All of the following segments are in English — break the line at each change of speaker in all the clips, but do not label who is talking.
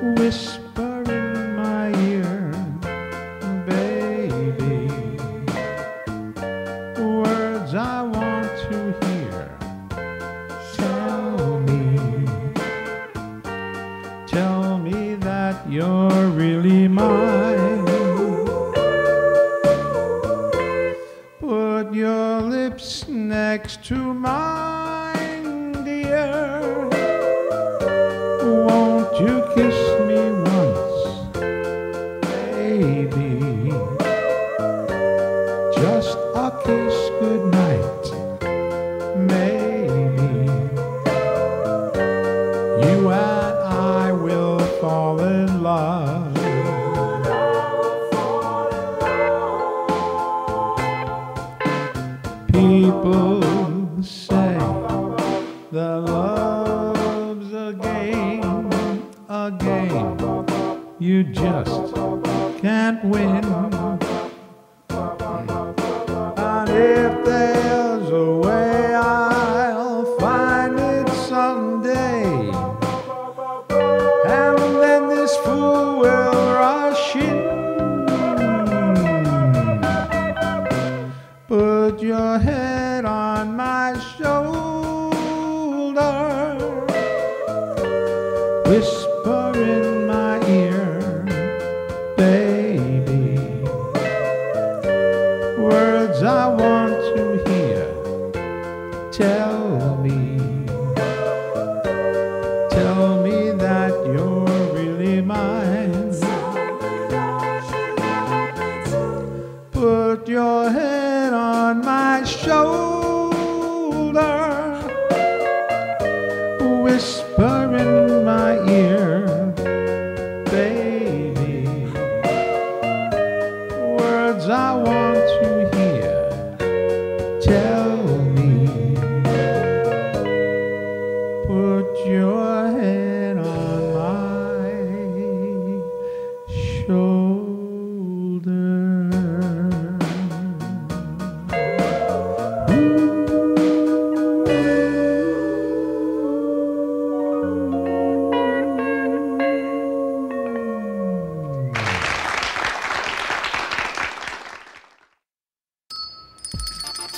whisper in my ear, baby. Words I want to hear. Tell me, tell me that you're really mine. Put your lips next to mine, dear. Won't you kiss me once, baby? Just a kiss goodnight, maybe. You and I will fall in love. People say the love's a game, a game you just can't win. And if there's a way, I'll find it someday. And then this fool will rush in. Put your head on my shoulder. Whisper in my ear, baby. Words I want to hear. Tell me. Tell me that you're really mine. Put your head on my shoulder. Whisper in my ear, baby. Words I want to hear. Tell me. Put your head on my shoulder.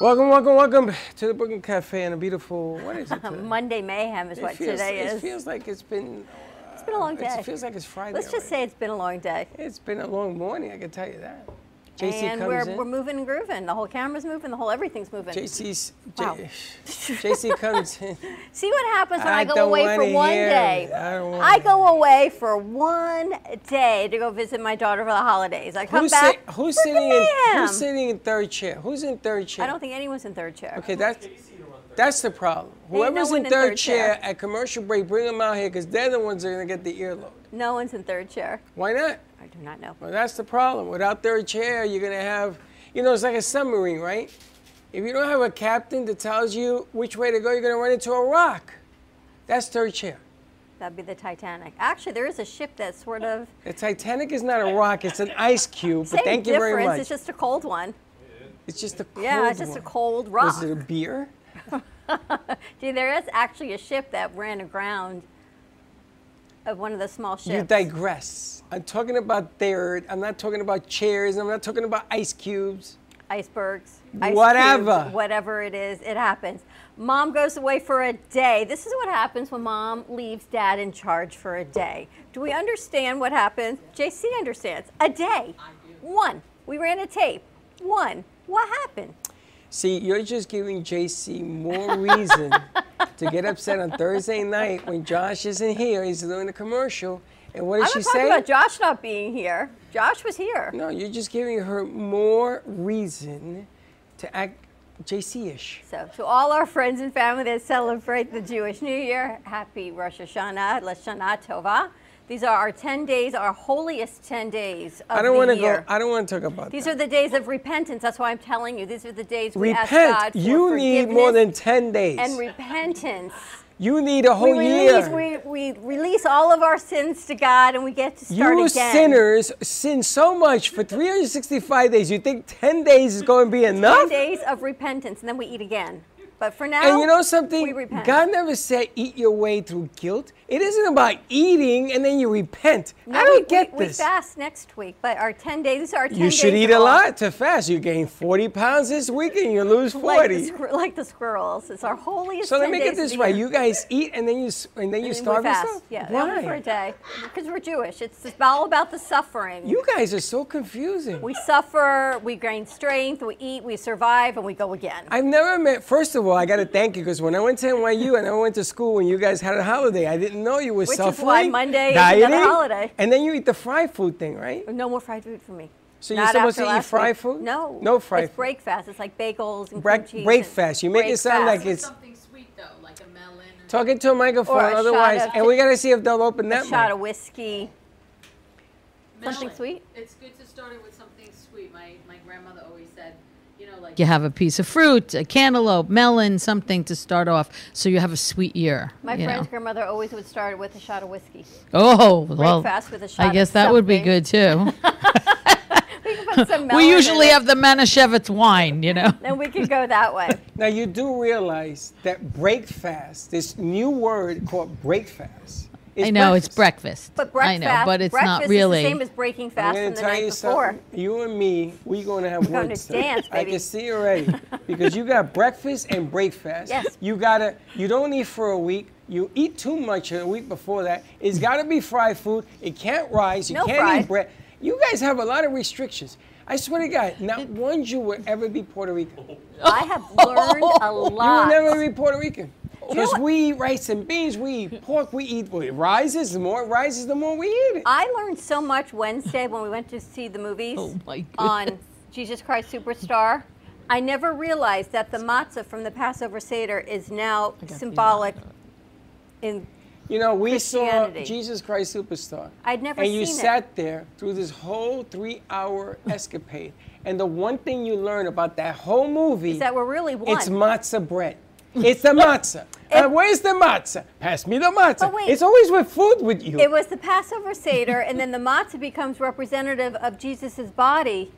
Welcome, welcome, welcome to the Brooklyn Cafe and a beautiful. What is it? today?
Monday mayhem is
It
what
feels-
today
it
is.
feels like it's been. uh,
it's been a long day.
It feels like it's Friday.
Let's just say it's been a long day.
say it's been a long morning. I can tell you that. JC
and
comes
we're,
in.
we're moving and grooving. The whole camera's moving. The whole everything's moving.
JC's.
Wow.
J- JC comes in.
See what happens when I,
I
go
don't
away for
wanna
one
hear
day.
it. I don't wanna
I go away for one day to go visit my daughter for the holidays. I come
Who's,
back.
sit- who's
Look at
sitting in?
them.
Who's sitting in third chair? Who's in third chair?
I don't think anyone's in third chair.
Okay, that's that's the problem.
no
Whoever's
one
in
in
third
third
chair,
chair.
at commercial break, bring them out here because they're the ones that are gonna get the earlobe.
No one's in third chair.
Why not?
I do not know.
Well, that's the problem. Without third chair, you're gonna have, you know, it's like a submarine, right? If you don't have a captain that tells you which way to go, you're gonna run into a rock. That's third chair.
That'd be the Titanic. Actually, there is a ship that's sort of
The Titanic is not a rock; it's an ice cube.
same
But thank you
difference.
very much.
It's just a cold one.
It's just a cold
Yeah, it's just a
one.
cold
Was
rock.
it a beer?
Gee, there is actually a ship that ran aground of one of the small ships.
You digress. I'm talking about third. I'm not talking about chairs. I'm not talking about ice cubes.
icebergs, ice
Whatever.
cubes, whatever it is, it happens. Mom goes away for a day. This is what happens when mom leaves dad in charge for a day. Do we understand what happens? JC understands. A day. One. We ran a tape. One. What happened?
See, you're just giving JC more reason to get upset on Thursday night when Josh isn't here. He's doing the commercial. And what did
I'm
she
not
say?
talking about Josh not being here. Josh was here.
No, you're just giving her more reason to act JC ish.
So, to all our friends and family that celebrate the Jewish New Year, happy Rosh Hashanah, Lashana Tova. These are our 10 days, our holiest 10 days of
I don't
the
want to
year.
go, I don't want to talk about
These
that.
are the days of repentance. That's why I'm telling you. These are the days we ask God
Repent.
for
You need more than
forgiveness
10 days.
and repentance.
you need a whole
we
year.
release, we, we release all of our sins to God, and we get to start
you
again.
sinners sin so much for 365 days. You think 10 days is going to be enough?
Ten days of repentance, and then we eat again. But for now,
And you know something?
We repent.
God never said eat your way through guilt. It isn't about eating and then you repent.
No,
I
we-
don't
we-
get
we,
this.
fast next week, but our ten days these are our ten
you should
days of
eat a
all-
lot to fast. You gain 40 pounds this week and you lose 40.
Like the, squir- like the squirrels, it's our holiest.
so let
10
me get
days of
this
the
right.
year.
You guys eat and then you s- and then you
And we
starve
fast.
yourself.
Yeah, only for a
Why?
day, because we're Jewish. It's just all about the suffering.
You guys are so confusing.
we suffer, we gain strength, we eat, we survive, and we go again.
I've never met. First of all, I got to thank you because when I went to NYU and I went to school when you guys had a holiday, I didn't know you were
Which is why
suffering.
Monday is another
dieting,
holiday.
And then you eat the fried food thing, right?
no more fried food for me.
So you're
Not
supposed
after
to eat
last
fried
week.
food?
No.
No fried
It's
food.
break fast. It's like bagels and
Break-
cream cheese. and
breakfast. You make it sound
breakfast.
like it's-
Something sweet though, like a melon. Or
Talk into a microphone,
Or a shot
otherwise,
of-
and we got to see if they'll open that.
a shot
mic.
of whiskey. Something
melon.
sweet?
It's good to start it with something sweet. My my grandmother always said, you know, like
You have a piece of fruit, a cantaloupe, melon, something to start off, so you have a sweet year.
My
you
friend's
know.
grandmother always would start it with a shot of whiskey.
Oh, well,
Breakfast with a shot
I
of
guess that would be
something.
good too.
Put some melon
we
in
usually
it,
have the Manischewitz wine, you know.
Then we could go that way.
Now you do realize that breakfast, this new word called breakfast. is
I know it's breakfast.
But breakfast,
I know, but it's
breakfast
not really.
is the same as breaking
I'm
fast
gonna
from the
tell
night
you
before.
something. You and me, we're gonna have
gonna
words. today.
dance,
I
baby.
can see already because you got breakfast and breakfast.
Yes.
You gotta. You don't eat for a week. You eat too much a week before that. It's gotta be fried food. It can't rise. You
Mm-hmm. No
can't
fry.
eat bread. You guys have a lot of restrictions. I swear to God, not one Jew will ever be Puerto Rican.
I have learned a
You will
lot.
never be Puerto Rican. Because
what-
we eat rice and beans, we eat pork, we eat, well, it rises, the more it rises, the more we eat it.
I learned so much Wednesday when we went to see the movies
Oh, my goodness.
on Jesus Christ Superstar. I never realized that the matzah from the Passover Seder is now symbolic. In
You know, we saw
Christianity.
Jesus Christ Superstar.
I'd never
And you
seen it.
sat there through this whole three hour escapade. And the one thing you learn about that whole movie
that we're really one.
it's matzah bread. It's the matzah. and where's the matzah? Pass me the matzah.
But wait.
it's always with food with you.
It was the Passover Seder, and then the matzah becomes representative of Jesus' body.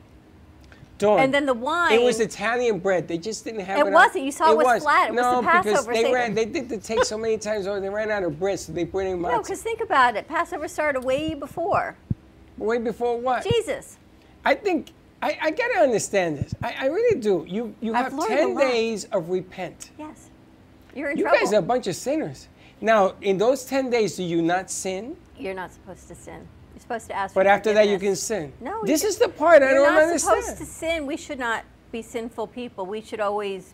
Dawn,
and then the
It was
wine-
Italian bread. They just didn't have
It
it. on-
wasn't. You saw it was flat. It was
no,
the
because
Passover
they
Seder.
ran. They did the take so many times over. They ran out of bread, so they put in
No,
matzah.
because think about it. Passover started way before
way before what?
Jesus.
I think I, I gotta understand this. I, I really do. You you
I've
have
learned a
ten
lot.
days of repent.
Yes, you're in
You
trouble.
guys are a bunch of sinners. Now, in those ten days, do you not sin?
You're not supposed to sin. You're supposed to ask.
But
for
after that, you can
forgiveness.
sin.
No,
this
you-
is the part I
You're
don't
not
understand.
supposed to sin. We should not be sinful people. We should always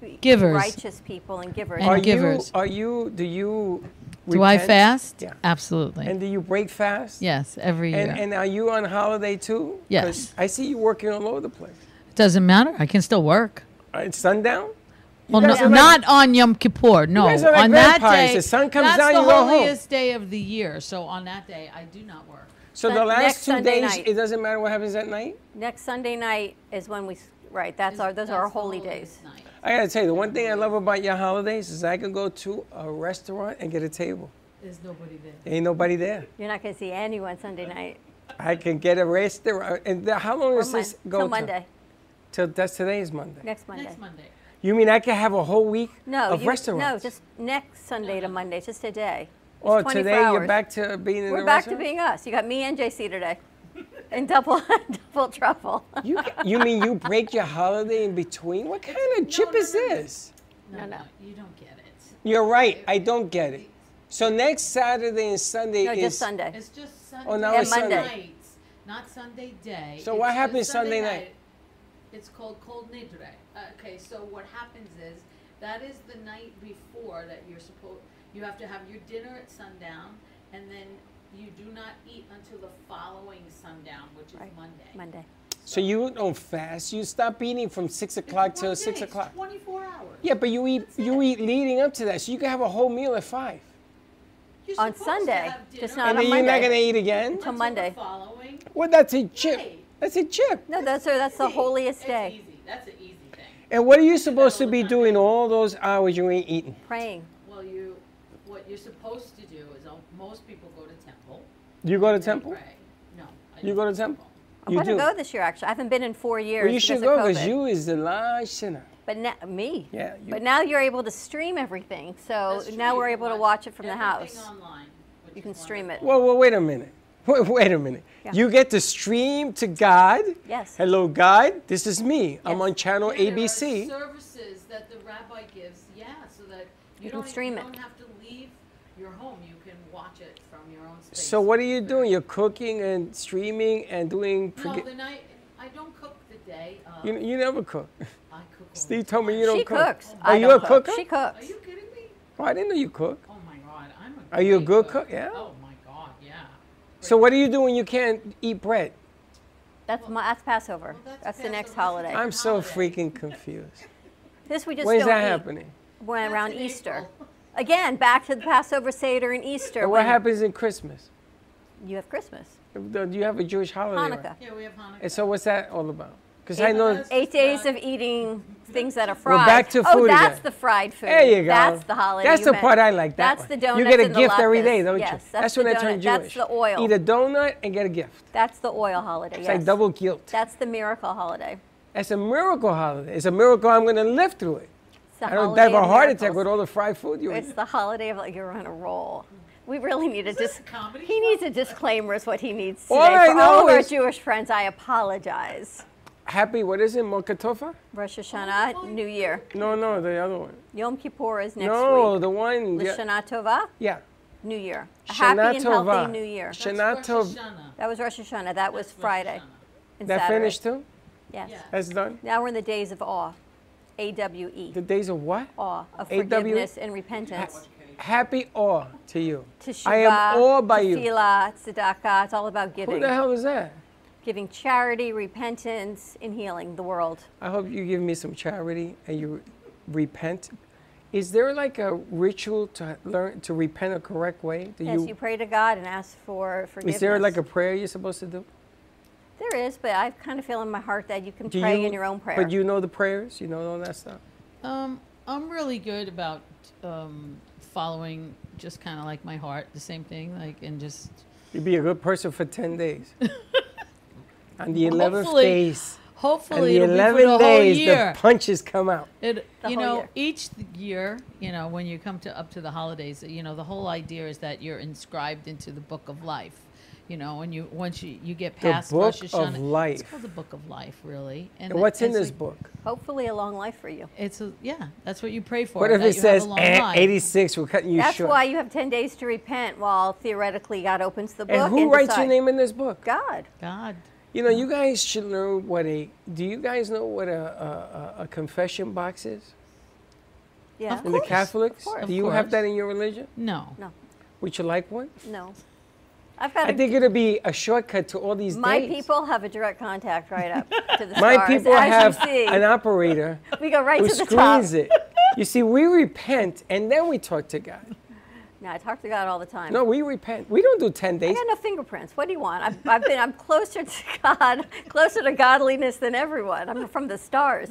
be
Givers.
righteous people, and givers.
And
are
givers.
you? Are you? Do you?
Do I
repent?
fast?
Yeah.
Absolutely.
And do you break fast?
yes, every year.
And, and are you on holiday too? 'Cause
Yes.
I see you working all over the place.
Doesn't matter. I can still work.
Uh, It's sundown?
Well, no,
guys are like-
not on Yom Kippur. No,
guys are like
on that
vampires.
day,
The sun comes
that's
down,
the
you go home.
holiest day of the year. So on that day, I do not work.
So the
Sun-
last
next
two
Sunday
days,
night.
it doesn't matter what happens at night?
Next Sunday night is when we. s- Right. That's our. Those are our
That's the
holy days.
holiest night.
I gotta tell you, the one thing I love about your holidays is I can go to a restaurant and get a table.
There's nobody there.
Ain't nobody there.
You're not going to see anyone Sunday night
I can get a restaurant. And the, how long
or
is
Mon-
this go
till
to?
Monday.
Till that's today is Monday.
Next Monday.
Next Monday.
You mean I can have a whole week
No,
of
you-
restaurants?
no, just next Sunday to Monday, just a day. Just
Oh,
24
today you're
hours.
back to being in
We're
the
back to
restaurant?
being us. You got me and JC today, in double double trouble.
You, you mean you break your holiday in between? What kind of chip
no,
is
no, no.
this?
No,
no.
you don't get it.
You're right. I don't get it. So next Saturday and Sunday
No,
is
just Sunday.
It's just Sunday
Oh, now
it's Sunday.
nights, not Sunday day.
So
It's
what
just
happens Sunday night?
It's called cold nidre. Uh, okay, so what happens is that is the night before that you're supposed you have to have your dinner at sundown, and then you do not eat until the following sundown, which is
Right.
Monday.
Monday.
So you don't fast. You stop eating from six o'clock till
One
six
day, it's
o'clock.
Twenty-four hours.
Yeah, but you eat
That's
you
it.
eat leading up to that, so you can have a whole meal at five,
You're
On
supposed to
Sunday,
have
just
dinner
not
and
on
then you're not
Monday.
gonna eat again.
Till
until
Monday.
The following.
Well, that's a chip.
Right.
That's a chip.
No, that's that's the
Easy.
holiest
It's
day.
easy. That's an easy thing.
And what are you supposed to
all
be
the time.
doing all those hours you ain't eating?
Praying.
Well, you, what you're supposed to do is, uh, most people go to temple.
You go to
they
temple.
pray. No. I
You
don't
go to temple.
I'm
You
gonna
do.
go this year. Actually, I haven't been in four years.
Well, you
because
should
of
go because
COVID.
you is the large sinner.
But now, me.
Yeah, you-
But now you're able to stream everything. So
That's true,
now
you
we're
can
able to watch it from the
everything
house.
online, which
You can
is
stream it.
wonderful.
Well, well, wait a minute. Wait, wait a minute.
Yeah.
You get to stream to God.
Yes.
Hello, God. This is me. I'm
Yes.
on channel
There are
ABC.
services that the rabbi gives, yeah, so that you,
You can
don't, e,
stream
you
it.
don't have to leave your home. You can watch it from your own space.
So what are you doing? You're cooking and streaming and doing.
No,
forget-
the night I don't cook the day. uh, Of,
you, you never cook.
I cook. on-
Steve told me you don't
she
cook.
cooks.
Are
I
you
don't
a
cook.
cooker?
She
Are
cooks.
you kidding me?
Oh, I didn't know you cook.
Oh my God, I'm a.
Are you a
great
good cook? Yeah.
Oh my God, yeah.
So what do you do when you can't eat bread?
That's my, that's Passover.
Well,
that's
that's
the next
Passover.
holiday.
I'm so
holiday.
freaking confused.
this we just
When's
don't
that
eat
happening?
when
That's
around
in
Easter.
April.
Again, back to the Passover Seder and Easter.
And what
when
happens in Christmas?
You have Christmas,
Do you have a Jewish holiday? right?
Hanukkah.
Yeah, we have Hanukkah.
And so what's that all about? Because I know.
It's
Eight days
not-
of eating things that are
We're
fried.
back to
Oh,
food
that's
again.
the fried food.
There you go.
That's the holiday.
That's
you
the
meant.
part I like. That
that's
one.
the donut.
You get a
and the
gift every
lattes.
day, don't
yes,
you?
That's, the
when I
donut.
turn Jewish.
That's the oil.
Eat a donut and get a gift.
That's the oil holiday.
It's
yes.
like double guilt.
That's the miracle holiday.
That's a miracle holiday. It's a miracle I'm going to live through it.
It's the
I don't
holiday
have a
of
heart attack
miracles.
with all the fried food you
It's
eat.
the holiday of like you're on a roll. We really need a dis-
a comedy
He needs a disclaimer is what he needs today.
All I
For all
know
of our
is-
Jewish friends, I apologize.
Happy, what is it, Mokatofa?
Rosh Hashanah, New Year.
No, no, the other one.
Yom Kippur is next
no,
week.
the one.
With
Yeah.
Shana Tova,
yeah.
New Year. A
Shana
happy and
Tova.
healthy New Year.
Sh-
That's
Shana
Rosh
Tov-
Hashanah.
That was Rosh Hashanah. That was
That's Rosh
Friday.
Hashanah.
and
That
Saturday.
finished too?
Yes.
Yeah.
That's done?
Now we're in the days of awe. A W E.
The days of what?
Awe of
AW?
forgiveness and repentance.
Happy awe to you.
Teshuvah,
I am awe by you.
tefillah, tzedakah. It's all about
Who
giving.
the hell is that?
giving charity, repentance, and healing the world.
I hope you give me some charity and you repent. Is there like a ritual to learn to repent a correct way? Do
Yes, you pray to God and ask for forgiveness.
is there like a prayer you're supposed to do?
There is, but I kind of feel in my heart that you can
Do
pray
you-
in your own prayer.
But you know the prayers, you know all that stuff.
Um, I'm really good about um, following just kind of like my heart, the same thing, like and just
You'd be a good person for ten days. On the eleventh
Hopefully-
days, on
hopefully
the
it'll be for the
eleventh
whole
days, the
year.
punches come out.
It,
The
you
whole
know,
year.
each year, you know, when you come to up to the holidays, you know, the whole idea is that you're inscribed into the book of life. You know, when you once you, you get past Rosh
book of
Hashanah-
life.
it's called the book of life, really.
And what's in
it's
this
like-
book?
Hopefully, a long life for you.
It's a, yeah, that's what you pray for.
What if
that
it
you have a
says
long
"Eh,
life.
eighty-six? We're cutting you
That's
short.
why you have 10 days to repent while theoretically God opens the book.
and who writes
decide-
your name in this book?
God.
God?
You know, you guys should learn what a. Do you guys know what a a, a- a confession box is?
Yeah.
In the Catholics,
course.
do
Of
you have
course.
that in your religion?
No.
No,
Would you like one?
no. I've got
I
a,
think it'd be a shortcut to all these
my
days.
people have a direct contact right up to the
My
stars.
people
as
have
you see,
an operator
we go right
who
to the top.
screens it. You see, we repent and then we talk to God.
No, I talk to God all the time.
No, we repent. We don't do ten
I
days.
got no fingerprints. What do you want? I've, I've been, I'm closer to God, closer to godliness than everyone. I'm from the stars.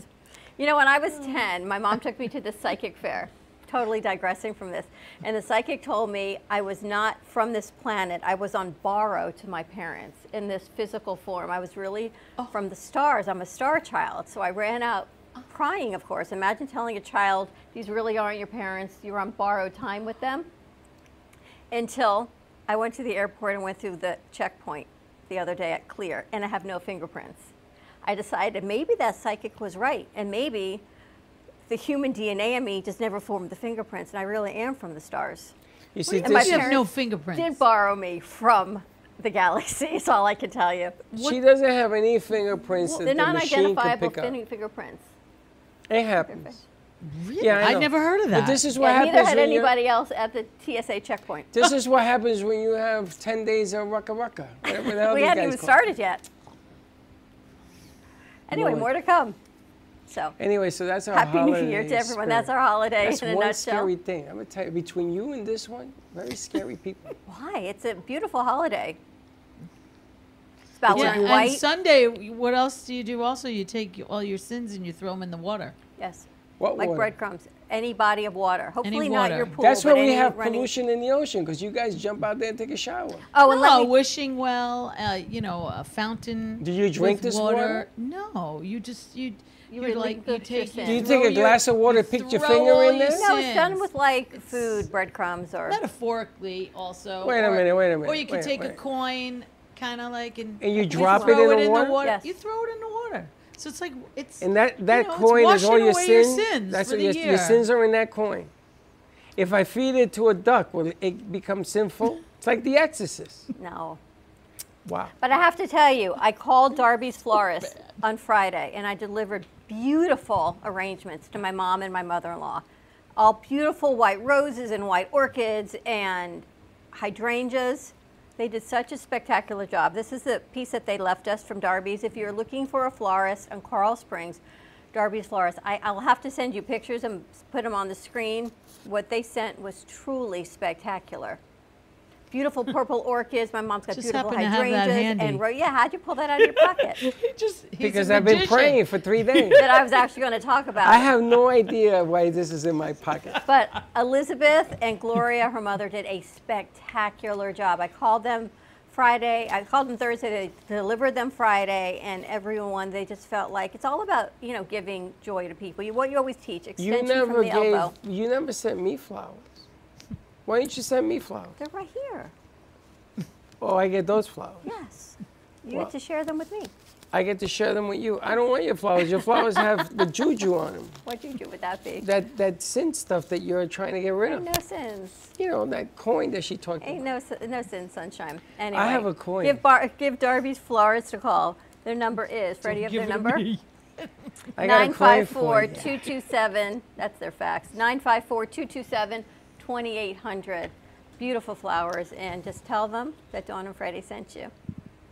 You know, when I was 10, my mom took me to the psychic fair. Totally digressing from this. And the psychic told me I was not from this planet. I was on borrow to my parents in this physical form. I was really from the stars. I'm a star child. So I ran out crying, of course. Imagine telling a child, these really aren't your parents. You're on borrowed time with them until I went to the airport and went through the checkpoint the other day at Clear, and I have no fingerprints. I decided maybe that psychic was right, and maybe the human DNA in me just never formed the fingerprints, and I really am from the stars.
You see,
And my
this
you have
parents
no fingerprints.
Did borrow me from the galaxy is all I can tell you.
She doesn't have any fingerprints
Well,
that
they're
the
not
machine could
identifiable
pick up.
fin- fingerprints.
It happens.
Really?
Yeah, I
I
know.
never heard of that.
But this is what
Yeah, neither
happens
had
when you-
anybody else at the TSA checkpoint.
This is what happens when you have 10 days of rucka rucka. whatever the hell
we
these
hadn't
guys
even
call it.
started yet. Anyway,
Lord.
more to come. So,
Anyway, so that's our
happy New Year
holiday
to everyone.
spirit.
That's our holiday
That's
in a
one
nutshell.
scary thing. I'm gonna tell you, between you and this one, very scary people.
Why? It's a beautiful holiday. It's about
yeah,
wearing
and
white.
Sunday, what else do you do? Also, you take all your sins and you throw them in the water.
yes.
What
Like
water?
breadcrumbs. Any body of water. Hopefully not your
water.
pool.
That's
but
why we
any
have
running-
pollution in the ocean because you guys jump out there and take a shower.
Oh, and
no,
let me,
wishing well, uh, you know, a fountain.
Do you drink
with
this water?
No, you just you.
You
You're like you
relinquish your
take.
sin.
Do you
throw
take a
your-
glass of water,
you
pick your
throw
finger
all
in
your
there?
no, it's done
sins.
with like food, breadcrumbs, or
metaphorically also.
Wait a
or-
minute, wait a minute,
Or you could
wait,
take a
wait.
coin, kind of like and
And you
like,
drop it
throw
in the water?
Yes.
You throw it in the water. So it's like it's
And that,
you
that
know, it's
coin is all
washing
your
away
sins.
sins
That's
for
what
the
your, your
year.
sins are in that coin. If I feed it to a duck, will it become sinful? it's like The Exorcist.
no.
Wow.
But I have to tell you, I called Darby's florist on Friday and I delivered beautiful arrangements to my mom and my mother in law. All beautiful white roses and white orchids and hydrangeas. They did such a spectacular job. This is the piece that they left us from Darby's. If you're looking for a florist in Coral Springs, Darby's florist, I, I'll have to send you pictures and put them on the screen. What they sent was truly spectacular. Beautiful purple orchids. My mom's got
Just
beautiful
happen to have that
hydrangeas and
handy.
ro- yeah. How'd you pull that out of your pocket?
just he's a
Because I've been
magician.
praying for three days.
that I was actually going to talk about.
I have no idea why this is in my pocket.
But Elizabeth and Gloria, her mother, did a spectacular job. I called them Friday. I called them Thursday. They delivered them Friday, and everyone they just felt like it's all about you know giving joy to people. You what you always teach
You
extension from the
never gave.
elbow.
You never sent me flowers. Why didn't you send me flowers?
They're right here.
Oh, I get those flowers.
Yes, you
Well-
get to share them with me.
I get to share them with you. I don't want your flowers. Your flowers have the juju on them.
What juju would that be?
That that sin stuff that you're trying to get rid
Ain't
of.
no sins.
You know that coin that she talked
Ain't
about.
no si- no sin, sunshine. Anyway,
have a coin.
Give Bar- give Darby's florist a call. Their number is Freddie. Have
Give
their
it
number.
me.
I got a
Nine
coin
five
for
four
you.
two two seven. that's their fax, Nine five four two two seven twenty eight hundred. Beautiful flowers, and just tell them that Dawn and Freddie sent you.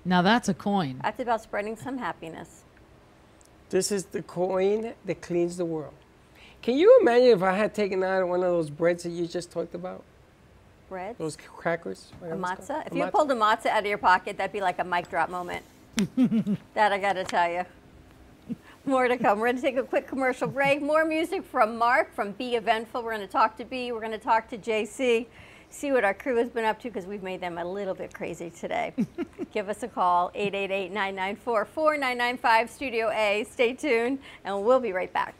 Now that's a coin.
That's about spreading some happiness.
This is the coin that cleans the world. Can you imagine if I had taken out one of those breads that you just talked about?
Bread,
Those crackers?
a
whatever it's called.
matzah. If
A
you pulled a matzah out of your pocket, that'd be like a mic drop moment. that I gotta tell you. More to come. We're gonna take a quick commercial break. More music from Mark from Be Eventful. We're gonna talk to B. We're gonna talk to JC. See what our crew has been up to because we've made them a little bit crazy today. Give us a call 888-994-4995 Studio A. Stay tuned and we'll be right back.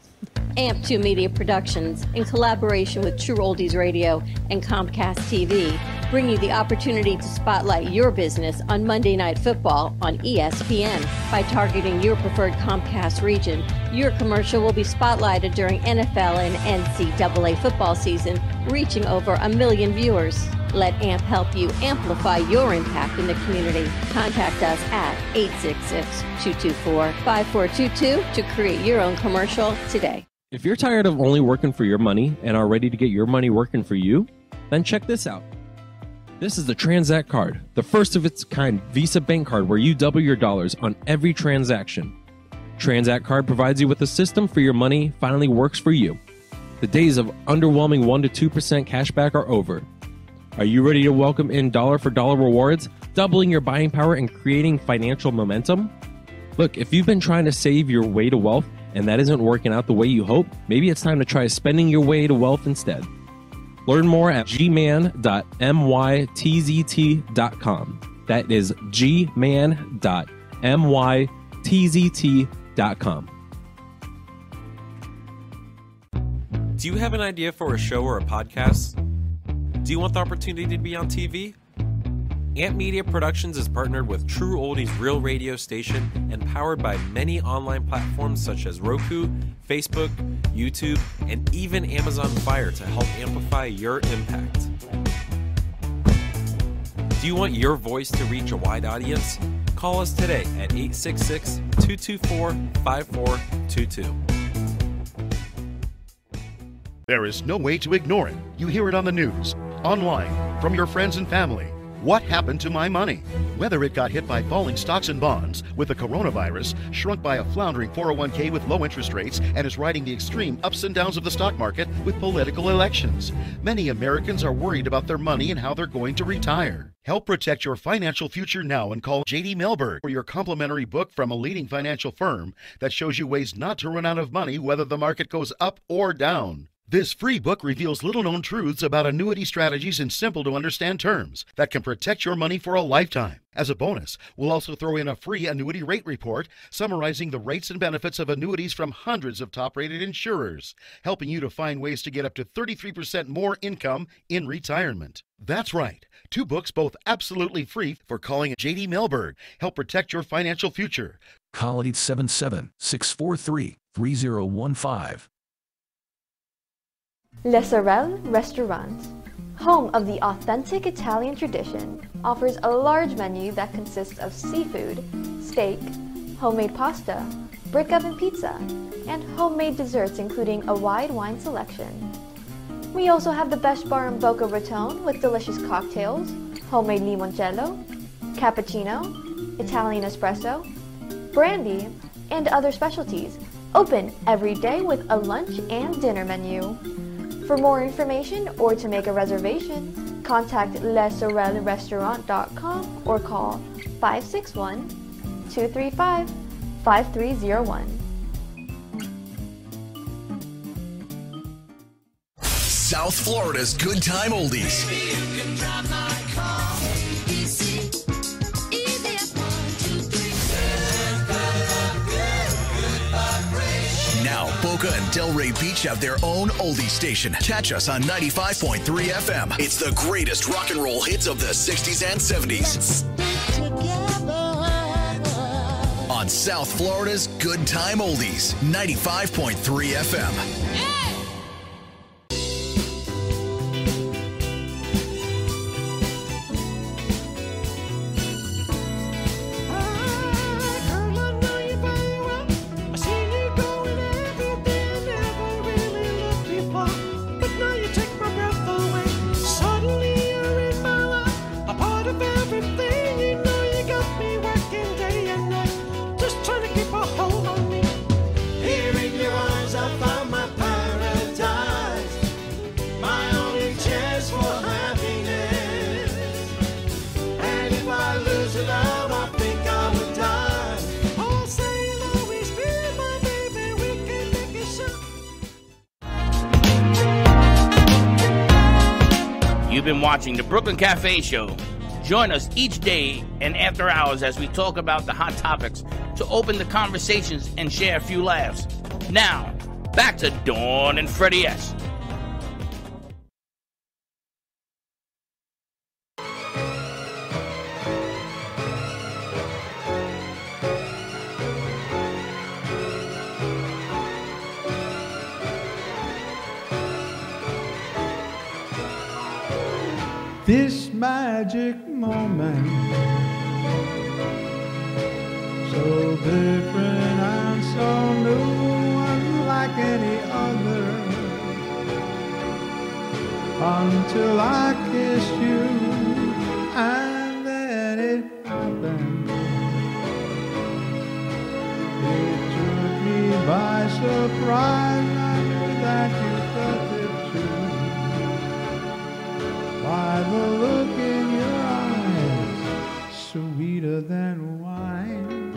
AMP2 Media Productions, in collaboration with True Oldies Radio and Comcast TV, bring you the opportunity to spotlight your business on Monday Night Football on E ESPN. By targeting your preferred Comcast region, your commercial will be spotlighted during NFL and NCAA football season, reaching over a million viewers. Let AMP help you amplify your impact in the community. Contact us at 866-224-5422 to create your own commercial today.
If you're tired of only working for your money and are ready to get your money working for you, then check this out. This is the Transact card, the first of its kind Visa bank card where you double your dollars on every transaction. Transact card provides you with a system for your money finally works for you. The days of underwhelming 1 to 2% cashback are over. Are you ready to welcome in dollar for dollar rewards, doubling your buying power and creating financial momentum? Look, if you've been trying to save your way to wealth and that isn't working out the way you hope, maybe it's time to try spending your way to wealth instead. Learn more at gman.mytzt.com. That is gman.mytzt.com.
Do you have an idea for a show or a podcast? Do you want the opportunity to be on TV? Ant Media Productions is partnered with True Oldies Real Radio Station and powered by many online platforms such as Roku, Facebook, YouTube, and even Amazon Fire to help amplify your impact. Do
Do you want your voice to reach a wide audience? Call us today at 866 224 5422.
There is no way to ignore it. You hear it on the news, online, from your friends and family. What happened to my money? Whether it got hit by falling stocks and bonds with the coronavirus, shrunk by a floundering 401k with low interest rates, and is riding the extreme ups and downs of the stock market with political elections. Many Americans are worried about their money and how they're going to retire. Help protect your financial future now and call JD Melberg for your complimentary book from a leading financial firm that shows you ways not to run out of money whether the market goes up or down. This free book reveals little known truths about annuity strategies in simple to understand terms that can protect your money for a lifetime. As a bonus, we'll also throw in a free annuity rate report summarizing the rates and benefits of annuities from hundreds of top rated insurers, helping you to find ways to get up to 33% more income in retirement. That's right. Two books, both absolutely free for calling JD Melberg. Help protect your financial future.
Call 877 643 3015.
Le Sorel Restaurant, home of the authentic Italian tradition, offers a large menu that consists of seafood, steak, homemade pasta, brick oven pizza, and homemade desserts including a wide wine selection. We also have the best bar in Boca Raton with delicious cocktails, homemade limoncello, cappuccino, Italian espresso, brandy, and other specialties. Open every day with a lunch and dinner menu. For more information or to make a reservation, contact lesorelrestaurant.com or call 561 235 5301.
South Florida's Good Time Oldies. Now, Boca and Delray Beach have their own oldie station. Catch us on 95.3 FM. It's the greatest rock and roll hits of the 60s and 70s. On South Florida's Good Time Oldies, 95.3 FM.
Here in your eyes I found my paradise, my only chance for happiness. And if I lose your love, I think I will die. Oh, say you'll always be my baby, we can make it shine.
You've been watching the Brooklyn Cafe Show. Join us each day and after hours as we talk about the hot topics to open the conversations and share a few laughs. Now, back to Dawn and Freddie S.
this magic moment. So different and so new, unlike any other. Until I kissed you, and then it happened. It took me by surprise, I knew that you felt it too. By the look in your eyes, sweeter than wine,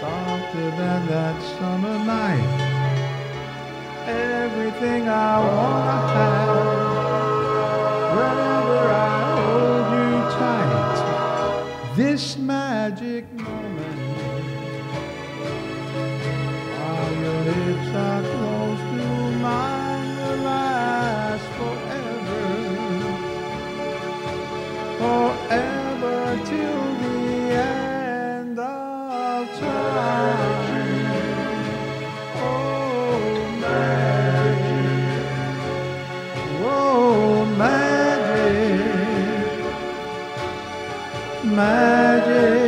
softer than that summer night. Everything I wanna have, whenever I hold you tight, this magic moment. While your lips are close to mine, will last forever. Forever till the end of time. Oh, magic. Oh, magic. magic.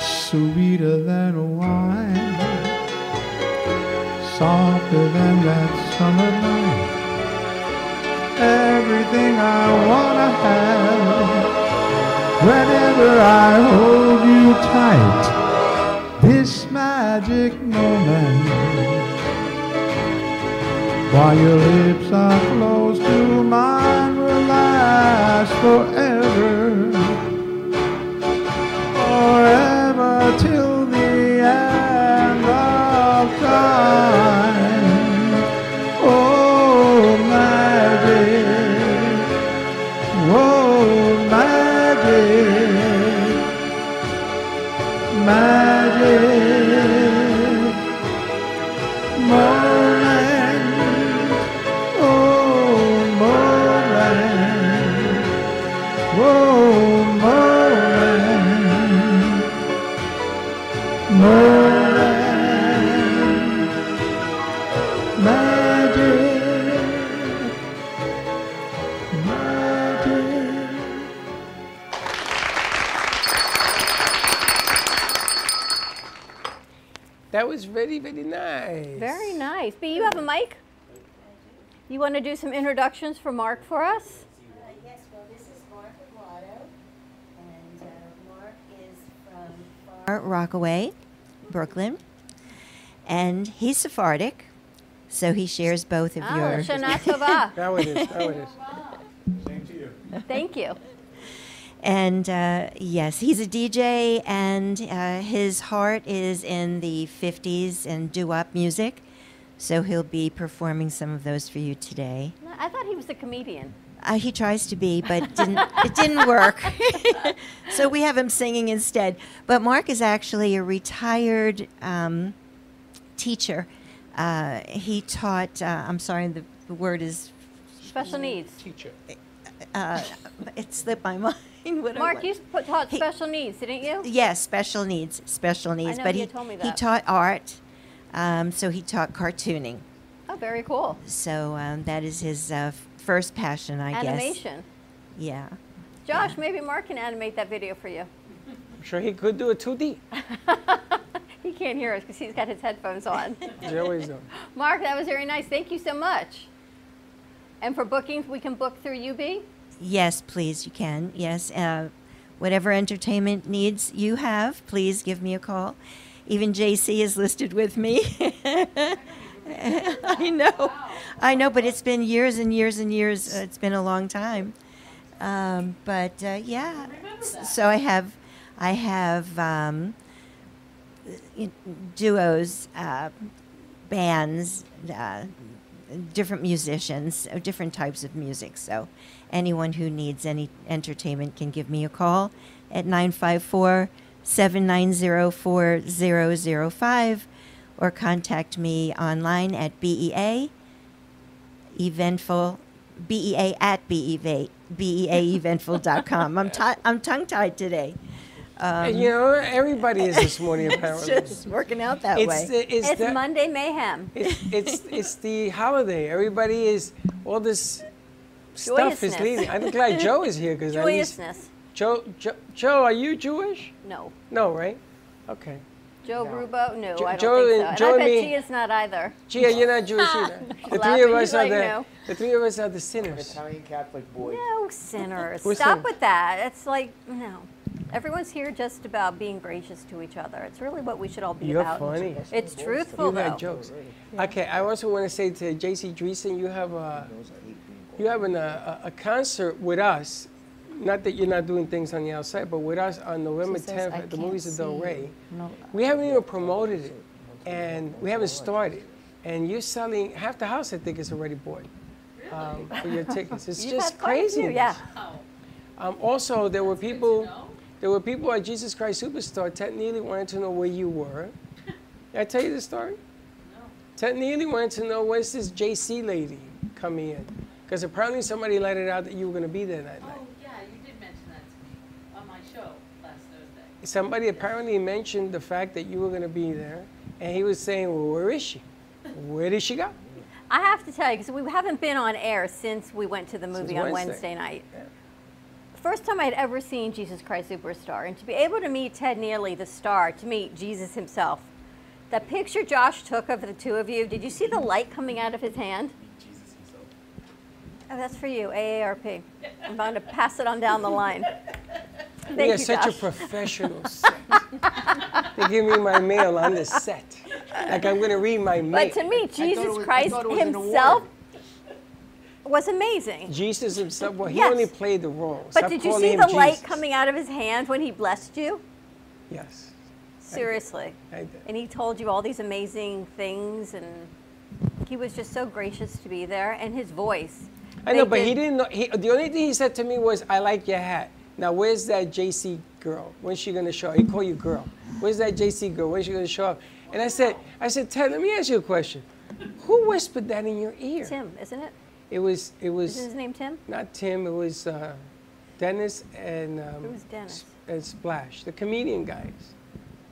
Sweeter than wine, softer than that summer night. Everything I wanna have, whenever I hold you tight. This magic moment, while your lips are close to mine, will last forever forever till the end of time. Oh, magic, oh, magic, magic moment, oh, moment. Oh, moment, moment, magic, magic.
That was very, very nice.
Very nice. B, you have a mic? You want to do some introductions for Mark for us?
Uh, Yes, well, this is Mark Aguado, and uh, Mark is from Far Rockaway, Brooklyn, and he's Sephardic, so he shares both of
Ah,
your.
Shana Tova.
That one is, oh. that one is.
Thank you.
And uh, yes, he's a DJ, and uh, his heart is in the 50s and doo wop music, so he'll be performing some of those for you today.
No, I thought he was a comedian.
Uh, he tries to be, but didn't, it didn't work. so we have him singing instead. But Mark is actually a retired um, teacher. Uh, he taught, uh, I'm sorry, the, the word is,
Special needs.
Teacher.
uh, it slipped my mind. what I
Mark,
want.
you sp- taught special needs, didn't you?
Yes, special needs, special needs.
know,
but
you
he,
told me
he
that.
taught art, um, so he taught cartooning.
Oh, very cool.
So um, that is his uh, f- first passion, I guess.
Animation.
Yeah.
Josh, maybe Mark can animate that video for you.
I'm sure he could do a 2D.
He can't hear us because he's got his headphones on.
He always does.
Mark, that was very nice. Thank you so much. And for bookings, we can book through UB.
Yes, please, you can. Yes. Uh, whatever entertainment needs you have, please give me a call. Even JC is listed with me. I know. I know, but it's been years and years and years. Uh, It's been a long time. Um, but uh, yeah. So I have, I have um, y- duos, uh, bands, uh, different musicians, uh, different types of music. So anyone who needs any entertainment can give me a call at 954 790 4005 or contact me online at BEA eventful bea at E bea bea eventful.com i'm ti i'm tongue tied today um,
you know, everybody is this morning,
it's
apparently.
just working out that
It's
way
the- it's It's the-
Monday mayhem.
It's, it's, it's the holiday. Everybody is, all this stuff is
Joyousness.
leaving. I'm glad Joe is here because at least.
Joyousness.
Joe, Joe, Joe, are you Jewish?
No.
No, right? Okay.
Joe Rubo? No,
Jo-
I don't think
Joe
so.
and-
And
Joe
I
and
bet
me-
she is not either.
Gia, you're not Jewish either. The three
Laughing,
of us
Ah, he's
are
like,
the
no.
the three of us are the sinners.
Italian Catholic boy.
No sinners.
We're
Stop
sinners.
with that. It's like no. Everyone's here just about being gracious to each other. It's really what we should all be
You're
about.
funny.
It's truthful
You
though.
got jokes. Okay, I also want to say to JC Dreesen, you have a you have an, uh, a, a concert with us. Not that you're not doing things on the outside, but with us on November
She says,
10th
"I
at the
can't
movies of Del
see."
Rey.
No.
We haven't even promoted it, and we haven't started. And you're selling half the house. I think is already bought um, for your tickets. It's
You've
just
had quite a
crazy.
few, yeah.
Um, also, there were people. There were people at Jesus Christ Superstar. Ted Neely wanted to know where you were. Did I tell you the story? No. Ted Neely wanted to know where's this JC lady coming in, because apparently somebody let it out that Oh, you were going to be there that night.
Yeah, you did mention that.
somebody apparently mentioned the fact that you were going to be there, and he was saying, well, where is she? Where did she go?
I have to tell you, because we haven't been on air since we went to the movie on
Wednesday.
Wednesday night. First time I had ever seen Jesus Christ Superstar, and to be able to meet Ted Neely, the star, to meet Jesus himself. The picture Josh took of the two of you, did you see the light coming out of his hand? Oh, that's for you, AARP. I'm going to pass it on down the line. Thank
we are
you,
such
Josh.
a professional set. they give me my mail on the set. Like I'm going to read my mail.
But to me, Jesus
was- I
Christ
thought it was an
himself was amazing.
Jesus himself, well, he
Yes.
only played the role.
But
Stop
did you
calling
see
him
the light
Jesus.
coming out of his hand when he blessed you?
Yes.
Seriously.
I did.
And he told you all these amazing things, and he was just so gracious to be there. And his voice.
I know,
They
but he
did-
didn't know. He, the only thing he said to me was, I like your hat. Now, where's that JC girl? When's she going to show up? He called you girl. Where's that JC girl? When's she going to show up? And I said, I said, Ted, let me ask you a question. Who whispered that in your ear?
Tim, isn't it?
It was, it was.
Is his name Tim?
Not Tim, it was uh, Dennis and. Um,
Who's Dennis?
S- And Splash, the comedian guys.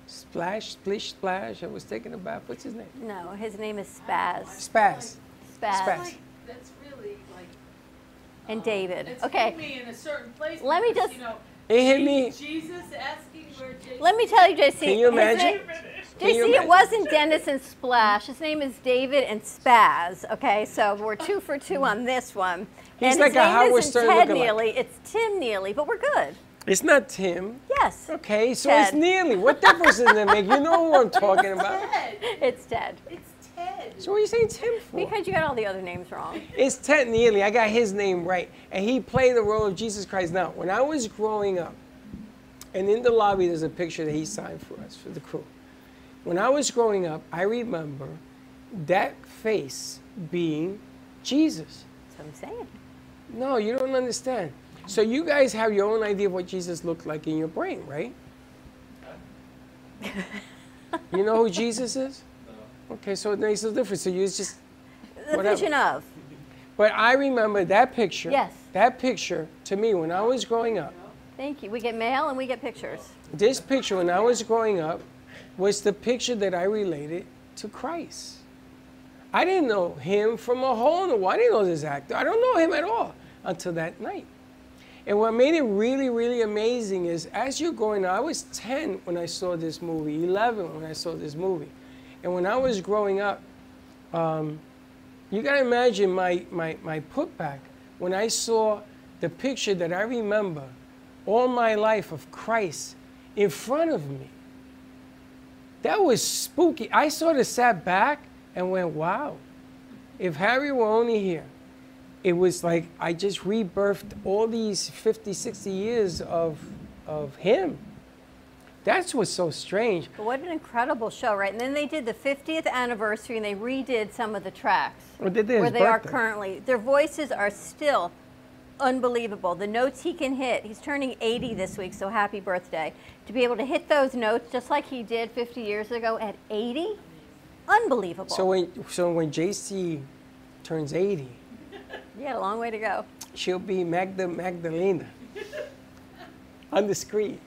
Splash, Splish, Splash. I was taking a bath. What's his name?
No, his name is Spaz. Spaz.
Spaz. Spaz.
That's really like
And David.
it's
Okay.
hit me in a certain place.
Let me
because,
just-
you know,
It hit me.
Jesus asking where Jesus.
Let me tell you, JC.
Can you
his name-
imagine? Can you
JC, it
imagine?
wasn't Dennis and Splash. His name is David and Spaz. Okay, so we're two for two on this one.
He's
and
like
his
a
name
Howard
isn't
Stern
Ted
lookalike.
Neely. It's Tim Neely, but we're good.
It's not Tim.
Yes.
Okay, so it's
Ted.
nearly. What difference does that make? You know who I'm talking about.
It's Ted. It's Ted.
So what are you saying Tim for?
Because you got all the other names wrong.
It's Ted Neely. I got his name right. And he played the role of Jesus Christ. Now, when I was growing up, and in the lobby there's a picture that he signed for us, for the crew. When I was growing up, I remember that face being Jesus.
That's what I'm saying.
No, you don't understand. So you guys have your own idea of what Jesus looked like in your brain, right? you know who Jesus is? Okay, so it makes no difference. So you just
The
Whatever.
vision of.
But I remember that picture.
Yes.
That picture to me when I was growing up.
Thank you. We get mail and we get pictures.
This picture when I was growing up was the picture that I related to Christ. I didn't know him from a hole in the wall. I didn't know this actor. I don't know him at all until that night. And what made it really, really amazing is as you're growing up, I was 10 when I saw this movie, 11 when I saw this movie. And when I was growing up, um, you gotta imagine my, my, my putback when I saw the picture that I remember all my life of Christ in front of me. That was spooky. I sort of sat back and went, wow, if Harry were only here, it was like I just rebirthed all these 50, 60 years of, of him. That's what's so strange.
But what an incredible show, right? And then they did the 50th anniversary and they redid some of the tracks.
Well, they did
where
his
they are
birthday.
currently. Their voices are still unbelievable. The notes he can hit. He's turning 80 this week, so happy birthday. To be able to hit those notes just like he did 50 years ago at 80, unbelievable.
So when, so when JC turns 80,
yeah, a long way to go.
she'll be Magda Magdalena on the screen.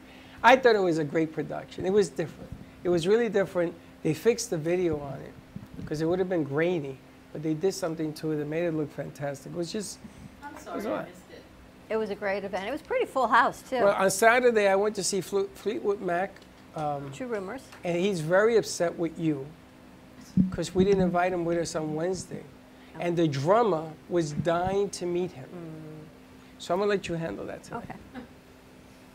I thought it was a great production. It was different. It was really different. They fixed the video on it because it would have been grainy, but they did something to it that made it look fantastic. It was just
I'm
It's
sorry,
all
I
right.
missed it.
It was a great event. It was pretty full house, too.
well. On Saturday, I went to see Fle- Fleetwood Mac. Um,
True rumors.
and he's very upset with you because we didn't invite him with us on Wednesday. And the drummer was dying to meet him. So I'm going to let you handle that today. Okay.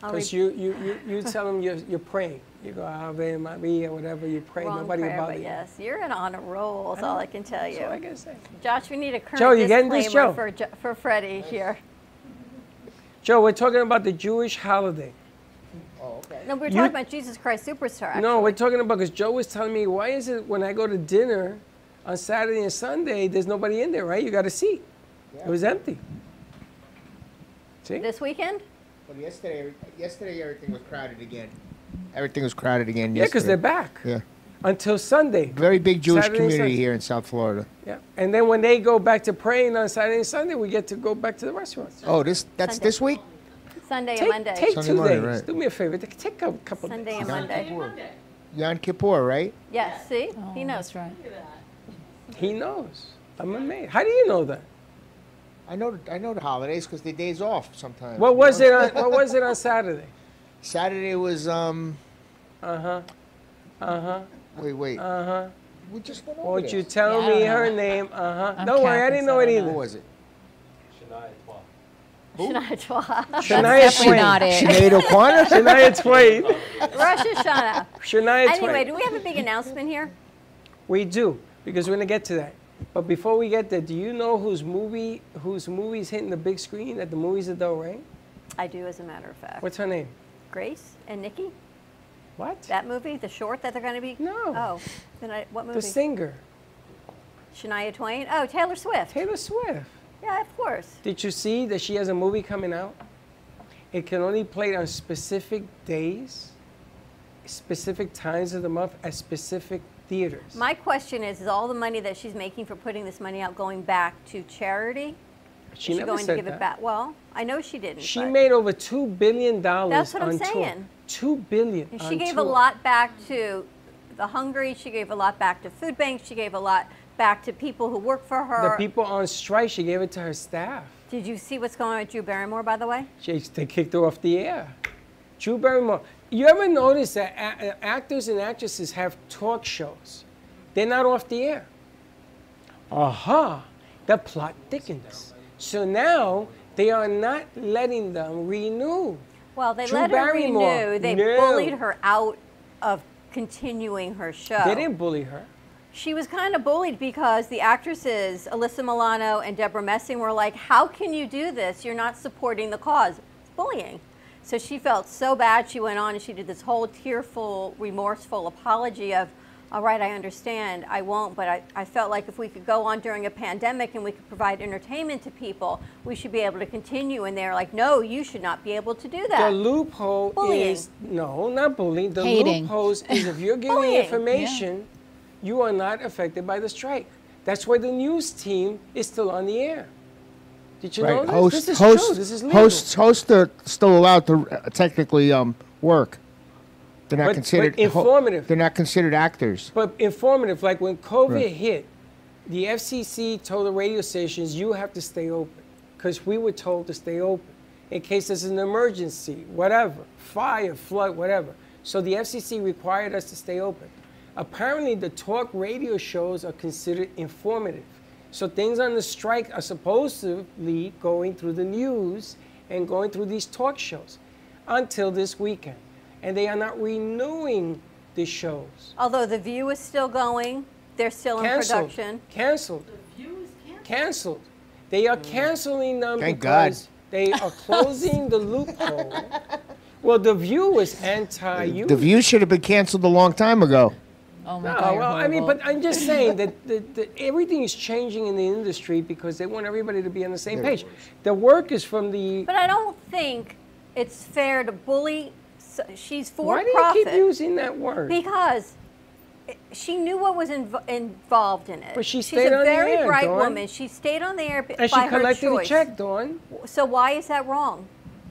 I'll
Because
read-
you, you, you, you tell him you're, you're praying. You go, Ave Maria, whatever you pray.
Wrong
Nobody
prayer,
bother
but
you.
yes, you're in on a roll. Is
I
all
know.
I can tell you.
That's all I can say.
Josh, we need a current
Joe, you getting
disclaimer
this, Joe?
for Jo- for Freddie here.
Joe, we're talking about the Jewish holiday.
Oh, okay. No, we were
You-
talking about Jesus Christ Superstar. Actually.
No, we're talking about because Joe was telling me, why is it when I go to dinner on Saturday and Sunday, there's nobody in there, right? You got a seat. It was empty. See?
This weekend?
Well, yesterday, yesterday everything was crowded again. Everything was crowded again
Yeah, because
yesterday.
they're back
Yeah.
until Sunday.
Very big Jewish
Saturday,
community
Sunday.
here in South Florida.
Yeah. And then when they go back to praying on Saturday and Sunday, we get to go back to the restaurants.
Oh, this that's this week?
Sunday
take,
and Monday.
Take
Sunday
two
morning,
days.
right.
Do me a favor. Take, take a couple
Sunday
days.
and Monday.
Yom Kippur, right?
Yes, see?
Oh,
he knows. right.
He knows. I'm amazed. How do you know that?
I know, I know the holidays because the days off sometimes.
What
you
was
know?
it? On, what was it on Saturday?
Saturday was um.
Uh huh. Uh huh.
Wait, wait.
Uh huh.
We just went over
Won't
this.
you tell me her name? Uh huh.
I'm
Don't worry, I
Catholic,
didn't
so
know
I
it
don't
either.
know. What was it?
Shania Twain.
Shania Twain.
Sinead O'Connor?
Shania Twain.
Rosh Hashanah.
Shania Twain.
Anyway, do we have a big announcement here?
We do, because we're gonna get to that. But before we get there, do you know whose movie whose movie's hitting the big screen at the movies at Del Rey?
I do, as a matter of fact.
What's her name?
Grace and Nikki?
What?
That movie, the short that they're going to be?
No.
Oh, then I, what movie?
The singer.
Shania Twain. Oh, Taylor Swift.
Taylor Swift.
Yeah, of course.
Did you see that she has a movie coming out? It can only play on specific days, specific times of the month, at specific theaters.
My question is: Is all the money that she's making for putting this money out going back to charity?
She
is she
never
going
said
to give
that.
it back? Well, I know she didn't.
She
but-
made over two billion dollars.
That's what I'm
on tour.
saying.
Two billion.
And
on
she gave a
tour.
lot back to the hungry. She gave a lot back to food banks. She gave a lot back to people who work for her.
The people on strike. She gave it to her staff.
Did you see what's going on with Drew Barrymore, by the way?
She, they kicked her off the air. Drew Barrymore. You ever notice that a- a- actors and actresses have talk shows? They're not off the air. Aha! The plot thickens. So now they are not letting them renew.
Well, they
Drew
let
Barrymore.
her renew. They
No.
bullied her out of continuing her show.
They didn't bully her.
She was kind of bullied because the actresses, Alyssa Milano and Deborah Messing, were like, How can you do this? You're not supporting the cause. It's bullying. So she felt so bad. She went on and she did this whole tearful, remorseful apology of, All right, I understand. I won't. But I, I felt like if we could go on during a pandemic and we could provide entertainment to people, we should be able to continue. And they're like, No, you should not be able to do that.
The loophole
Bullying.
is no, not bullying. The
Hating.
loophole is if you're giving
Bullying,
information, you are not affected by the strike. That's why the news team is still on the air. Did you know
Right.
this?
Host,
this is
host,
true. This is legal.
hosts, hosts are still allowed to uh, technically um, work. They're not
But- but
considered ho-
informative.
they're not considered actors.
But informative, like when COVID
Right.
hit, the FCC told the radio stations, you have to stay open. Because we were told to stay open in case there's an emergency, whatever, fire, flood, whatever. So the FCC required us to stay open. Apparently, the talk radio shows are considered informative. So things on the strike are supposedly going through the news and going through these talk shows until this weekend. And they are not renewing the shows.
Although The View is still going, they're still in production.
Canceled. Canceled. They are canceling them
Thank
because they are closing the loophole. Well, the view was anti-union.
The View should have been canceled a long time ago.
Oh
no, well, I mean, but I'm just saying that the, the, everything is changing in the industry because they want everybody to be on the same page. The work is from the.
But I don't think it's fair to bully. s- She's for
Why do you
profit.
keep using that word?
Because it- she knew what was inv- involved in it.
But she
She's
stayed
a
on the
very
air,
bright
Dawn.
woman. She stayed on the air b- by
And she
her
collected a
choice.
check, Dawn.
So why is that wrong?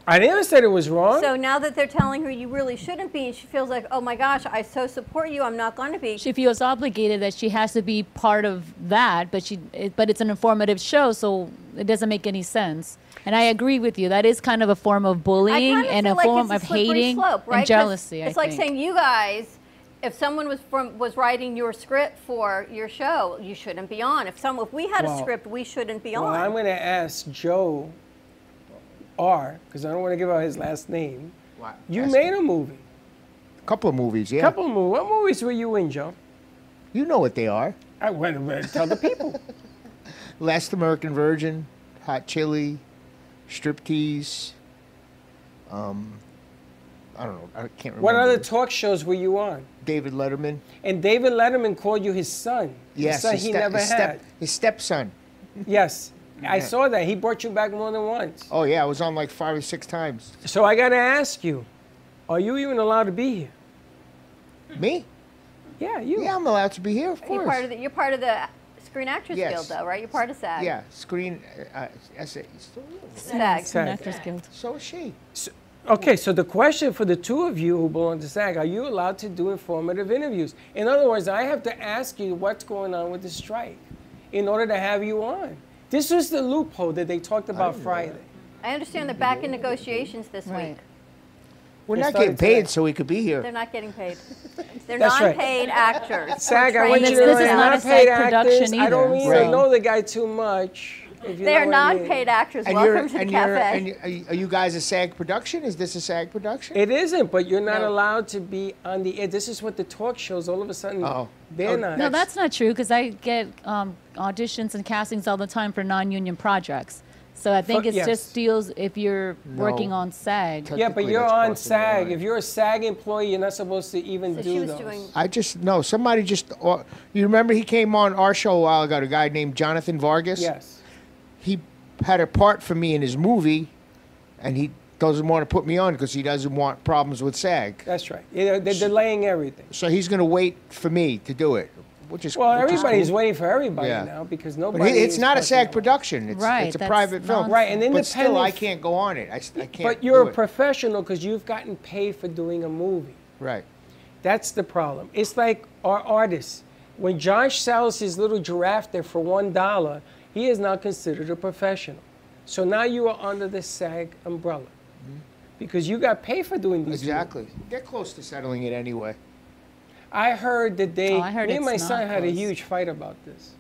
I never said it was wrong.
So now that they're telling her you really shouldn't be, and she feels like, oh my gosh, I so support you, I'm not going to be.
She feels obligated that she has to be part of that, but she, it, but it's an informative show, so it doesn't make any sense. And I agree with you. That is kind of a form of bullying
I kinda
and
feel
a
like
form
it's a
of
slippery
hating
slope, right?
and
'Cause
jealousy.
It's
I
like
think.
saying you guys, if someone was from was writing your script for your show, you shouldn't be on. If some if we had
Well-
a script, we shouldn't be
Well,
on.
I'm going to ask Joe R, because I don't want to give out his last name. You made a movie.
A couple of movies, yeah.
Couple of movies. What movies were you in, Joe?
You know what they are.
I went to tell the people.
Last American Virgin, Hot Chili, Striptease. Um, I don't know. I can't remember.
What other talk shows were you on?
David Letterman.
And David Letterman called you his son. the
Yes,
son
his
he
step-
never
his
had.
step- his stepson.
Yes, I
Yeah.
saw that. He brought you back more than once.
Oh yeah, I was on like five or six times.
So I got to ask you, are you even allowed to be here?
Me?
Yeah, you.
Yeah, I'm allowed to be here, of
you're
course.
part of the you're part of the Screen Actors
Yes.
Guild, though, right? You're part of SAG.
Yeah, screen. Uh, uh, SA, still
SAG.
SAG. Actors
Guild.
So is she.
Okay, so the question for the two of you who belong to SAG, are you allowed to do informative interviews? In other words, I have to ask you what's going on with the strike in order to have you on. This was the loophole that they talked about Friday.
I understand they're back in negotiations this week.
We're
They
not
started
getting paid,
today.
so we could be here.
They're not getting paid. They're
That's right.
non-paid actors.
SAG, I
We're
want you to
trained
know
them.
they're not paid actors. I don't mean
Right.
to know the guy too much. if you
They
know
are
what I mean.
non-paid actors.
And
Welcome
you're,
to the
and you're,
cafe.
and you, are you- are you guys a SAG production? Is this a SAG production?
It isn't, but you're not
No.
allowed to be on the air. This is what the talk shows all of a sudden.
Oh.
They're not.
No, that's not true because I get um, auditions and castings all the time for non-union projects. So I think
For-
it's
yes.
just deals if you're working
No.
on SAG.
Yeah, but you're on SAG. If you're a SAG employee, you're not supposed to even do those.
I just no. Somebody just. Or, you remember he came on our show a while ago. A guy named Jonathan Vargas.
Yes.
He had a part for me in his movie, and he doesn't want to put me on because he doesn't want problems with SAG.
That's right. You know, they're delaying everything.
So he's going to wait for me to do it, which is
Well,
which is
everybody's
cool.
waiting for everybody
Yeah.
now because
But
nobody.
he- it's
is
not a
fucking-
SAG production. It's,
Right,
it's a
that's
private film.
Right, and
But still, I
independent-
can't go on it. I, s- I can't.
But you're
do
a
it.
professional because you've gotten paid for doing a movie.
right.
That's the problem. It's like our artists. When Josh sells his little giraffe there for one dollar, he is now considered a professional. So now you are under the SAG umbrella because you got paid for doing these.
Mm-hmm. Exactly.
movies.
They're close to settling it anyway.
I heard that they.
Oh, I heard
me and
it's
my
not
son had a
close.
huge fight about this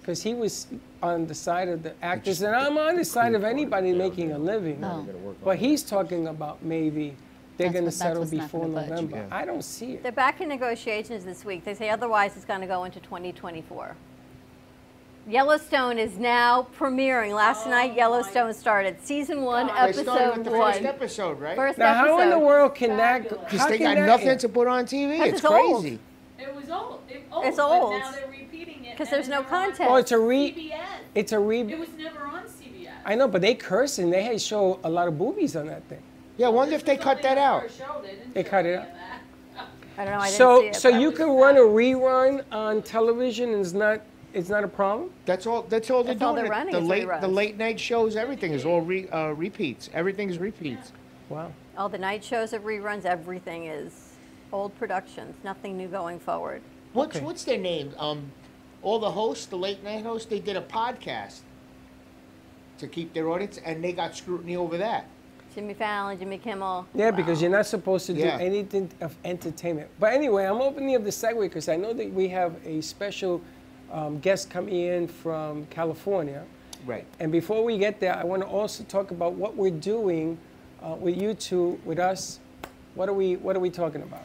because he was on the side of the actors, and I'm on the side of anybody making a living.
Oh.
But he's talking about maybe they're going to settle before November. I don't see it.
They're back in negotiations this week. They say otherwise it's going to go into 2024. Yellowstone is now premiering. Last night, Yellowstone started. Season one,
They
episode
started with the
one.
first episode, right?
First
Now, how in the
episode.
world can that? go-
Because
how
they
can
got
that
nothing
air?
to put on TV.
Because
It's,
it's old.
crazy.
It was old. It
It's
but
old.
now they're repeating it.
Because
and
there's
then
no
they're on
content.
Oh, it's a re-
CBS.
it's a re-
It was never on CBS.
I know, but they curse and they had show a lot of boobies on that thing.
Yeah, I wonder if they cut that out.
They cut it out.
I don't know. I didn't see
So,
it,
so
but-
you can run a rerun on television and it's not, it's not a problem?
That's all. That's all they're
That's all
doing.
they're
The-
running
the
is
late, the
reruns.
late night shows. Everything is all re, uh, repeats. Everything's repeats.
Wow.
All the night shows are reruns. Everything is old productions. Nothing new going forward.
What's what's their name? Um, all the hosts, the late night hosts, they did a podcast to keep their audience, and they got scrutiny over that.
Jimmy Fallon, Jimmy Kimmel.
Yeah, because you're not supposed to do
Yeah.
anything of entertainment. But anyway, I'm opening up the segue because I know that we have a special um, guest coming in from California.
Right.
And before we get there, I want to also talk about what we're doing uh, with you two, with us. What are we, what are we talking about?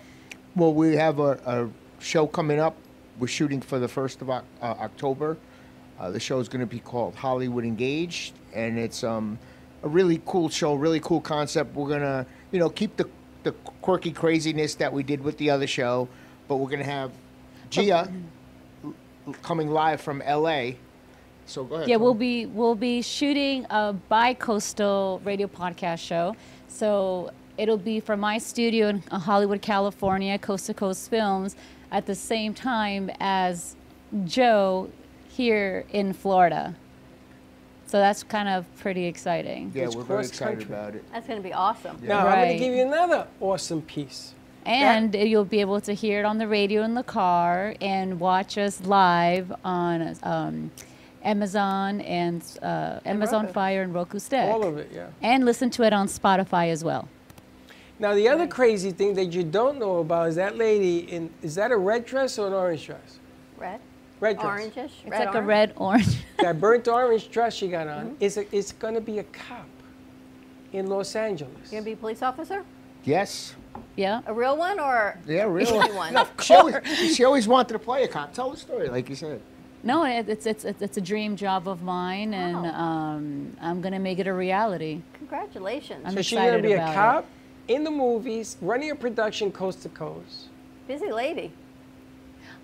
Well, we have a, a show coming up. We're shooting for the 1st of Oc- uh, October. Uh, the show is going to be called Hollywood Engaged, and it's um, a really cool show, really cool concept. We're going to, you know, keep the, the quirky craziness that we did with the other show, but we're going to have Gia l- l- coming live from L.A. So go ahead.
Yeah,
Tom.
we'll be we'll be shooting a bi-coastal radio podcast show. So it'll be from my studio in Hollywood, California, Coast to Coast Films, at the same time as Joe here in Florida. So that's kind of pretty exciting.
Yeah,
It's
we're very excited
cross-country.
about it.
That's going to be awesome.
Now, I'm going
Right.
to give you another awesome piece.
And you'll be able to hear it on the radio in the car and watch us live on um, Amazon and uh, Amazon
Roku.
Fire and Roku Stick.
All of it, yeah.
And listen to it on Spotify as well.
Now, the other crazy thing that you don't know about is that lady in, is that a red dress or an orange dress?
Red.
Red dress.
Orangish.
It's like a red orange. Mm-hmm.
that burnt orange dress she got on is a, is going to be a cop in Los Angeles.
You're going to be a police officer?
Yes.
Yeah.
A real one or
Yeah, really.
Anyone.
No, she, always, she always wanted to play a cop. Tell the story, like you said.
No, it, it's, it's, it's it's a dream job of mine, and um, I'm going to make it a reality.
congratulations?
I'm
so she's
excited
to be a
about it.
cop in the movies, running a production coast to coast.
Busy lady.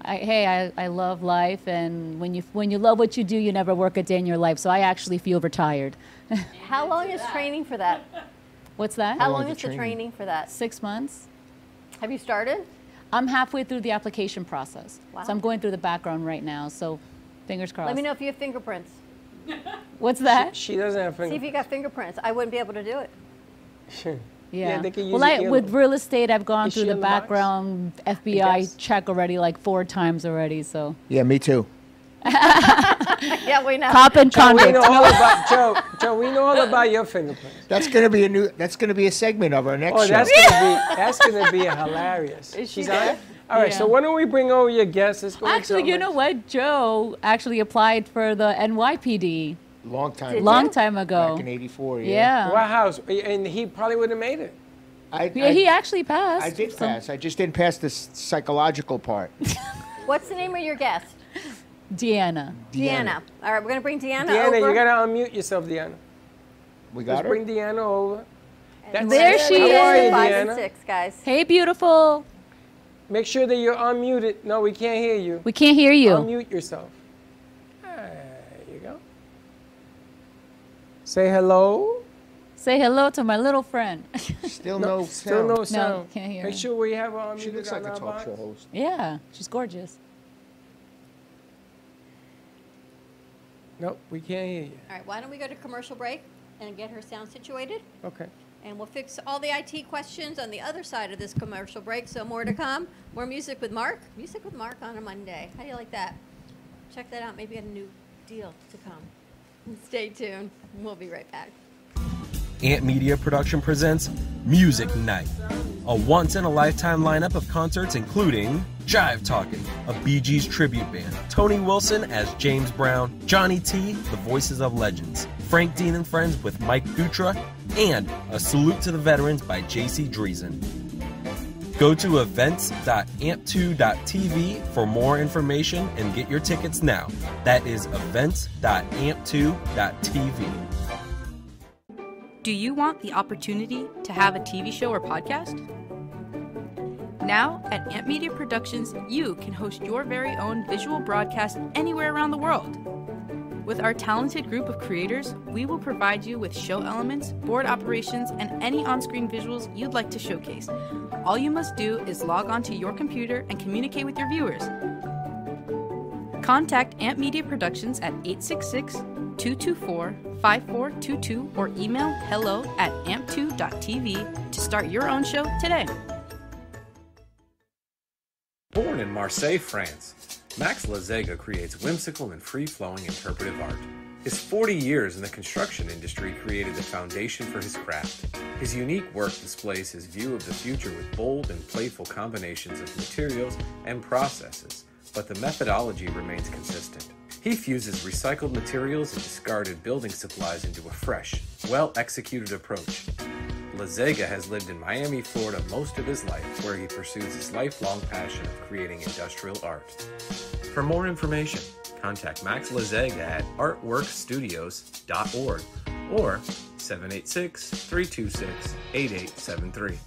I, hey, I, I love life, and when you, when you love what you do, you never work a day in your life. So I actually feel retired.
How long is training for that?
What's that?
How long is the training for that?
Six months.
Have you started?
I'm halfway through the application process.
Wow.
So I'm going through the background right now. So Fingers crossed.
Let me know if you have fingerprints.
What's that?
She, doesn't have
See if you got fingerprints. I wouldn't be able to do it.
Yeah.
they could use
well,
the
I, with
earlobe.
real estate, I've gone
Is
through
she
the
in the box?
background FBI check already like four times already. So
Yeah, me too.
yeah, we know.
Cop and
Joe, we
convict.
know all about Joe. Joe, we know all about your fingerprints.
That's gonna be a new. That's gonna be a segment of our next
Oh,
show.
that's gonna be that's gonna be hilarious.
Is she
She's
there?
on. it? All right.
Yeah.
So why don't we bring over your guests? Let's go. with
Actually,
Joe
you know what? Joe actually applied for the NYPD.
Long time.
Did Long you? time ago.
Back in '84.
Yeah.
Wow. so- And he probably would have made it.
I,
Yeah,
I-
he actually passed.
I did
So-
pass. I just didn't pass the s- psychological part.
What's the name of your guest?
Deanna.
Deanna. All right, we're going to bring Deanna,
Deanna,
over.
you gotta unmute yourself, Deanna.
We
Let's
got her.
bring Deanna over. That's
There
it.
she
How are you,
is.
Five and
Deanna?
six, guys.
Hey, beautiful.
Make sure that you're unmuted. No, we can't hear you.
We can't hear you.
Unmute yourself. There you go. Say hello.
Say hello to my little friend.
Still
No,
no.
still no
sound.
sound.
can't hear
Make
her.
sure we have her unmuted.
She looks
on
like a
our
talk
box.
show host.
yeah, she's gorgeous.
Nope, we can't hear you.
All right, why don't we go to commercial break and get her sound situated?
Okay.
And we'll fix all the IT questions on the other side of this commercial break. So more to come. More music with Mark. Music with Mark on a Monday. How do you like that? Check that out. Maybe a new deal to come. Stay tuned. We'll be right back.
Ant Media Production presents Music Night, a once in a lifetime lineup of concerts including Jive Talking, a Bee Gees tribute band, Tony Wilson as James Brown, Johnny T, the voices of legends, Frank Dean and Friends with Mike Dutra, and A Salute to the Veterans by JC Dreesen. Go to events.amp2.tv for more information and get your tickets now. That is events.amp2.tv.
Do you want the opportunity to have a TV show or podcast? Now, at Amp Media Productions, you can host your very own visual broadcast anywhere around the world. With our talented group of creators, we will provide you with show elements, board operations, and any on screen visuals you'd like to showcase. All you must do is log onto your computer and communicate with your viewers. Contact Amp Media Productions at 866 224 5422 or email hello at amp2.tv to start your own show today.
Born in Marseille, France, Max Lazega creates whimsical and free flowing interpretive art. His 40 years in the construction industry created the foundation for his craft. His unique work displays his view of the future with bold and playful combinations of materials and processes, but the methodology remains consistent. He fuses recycled materials and discarded building supplies into a fresh, well executed approach. Lazega has lived in Miami, Florida most of his life, where he pursues his lifelong passion of creating industrial art. For more information, contact Max Lazega at artworkstudios.org or 786 326 8873.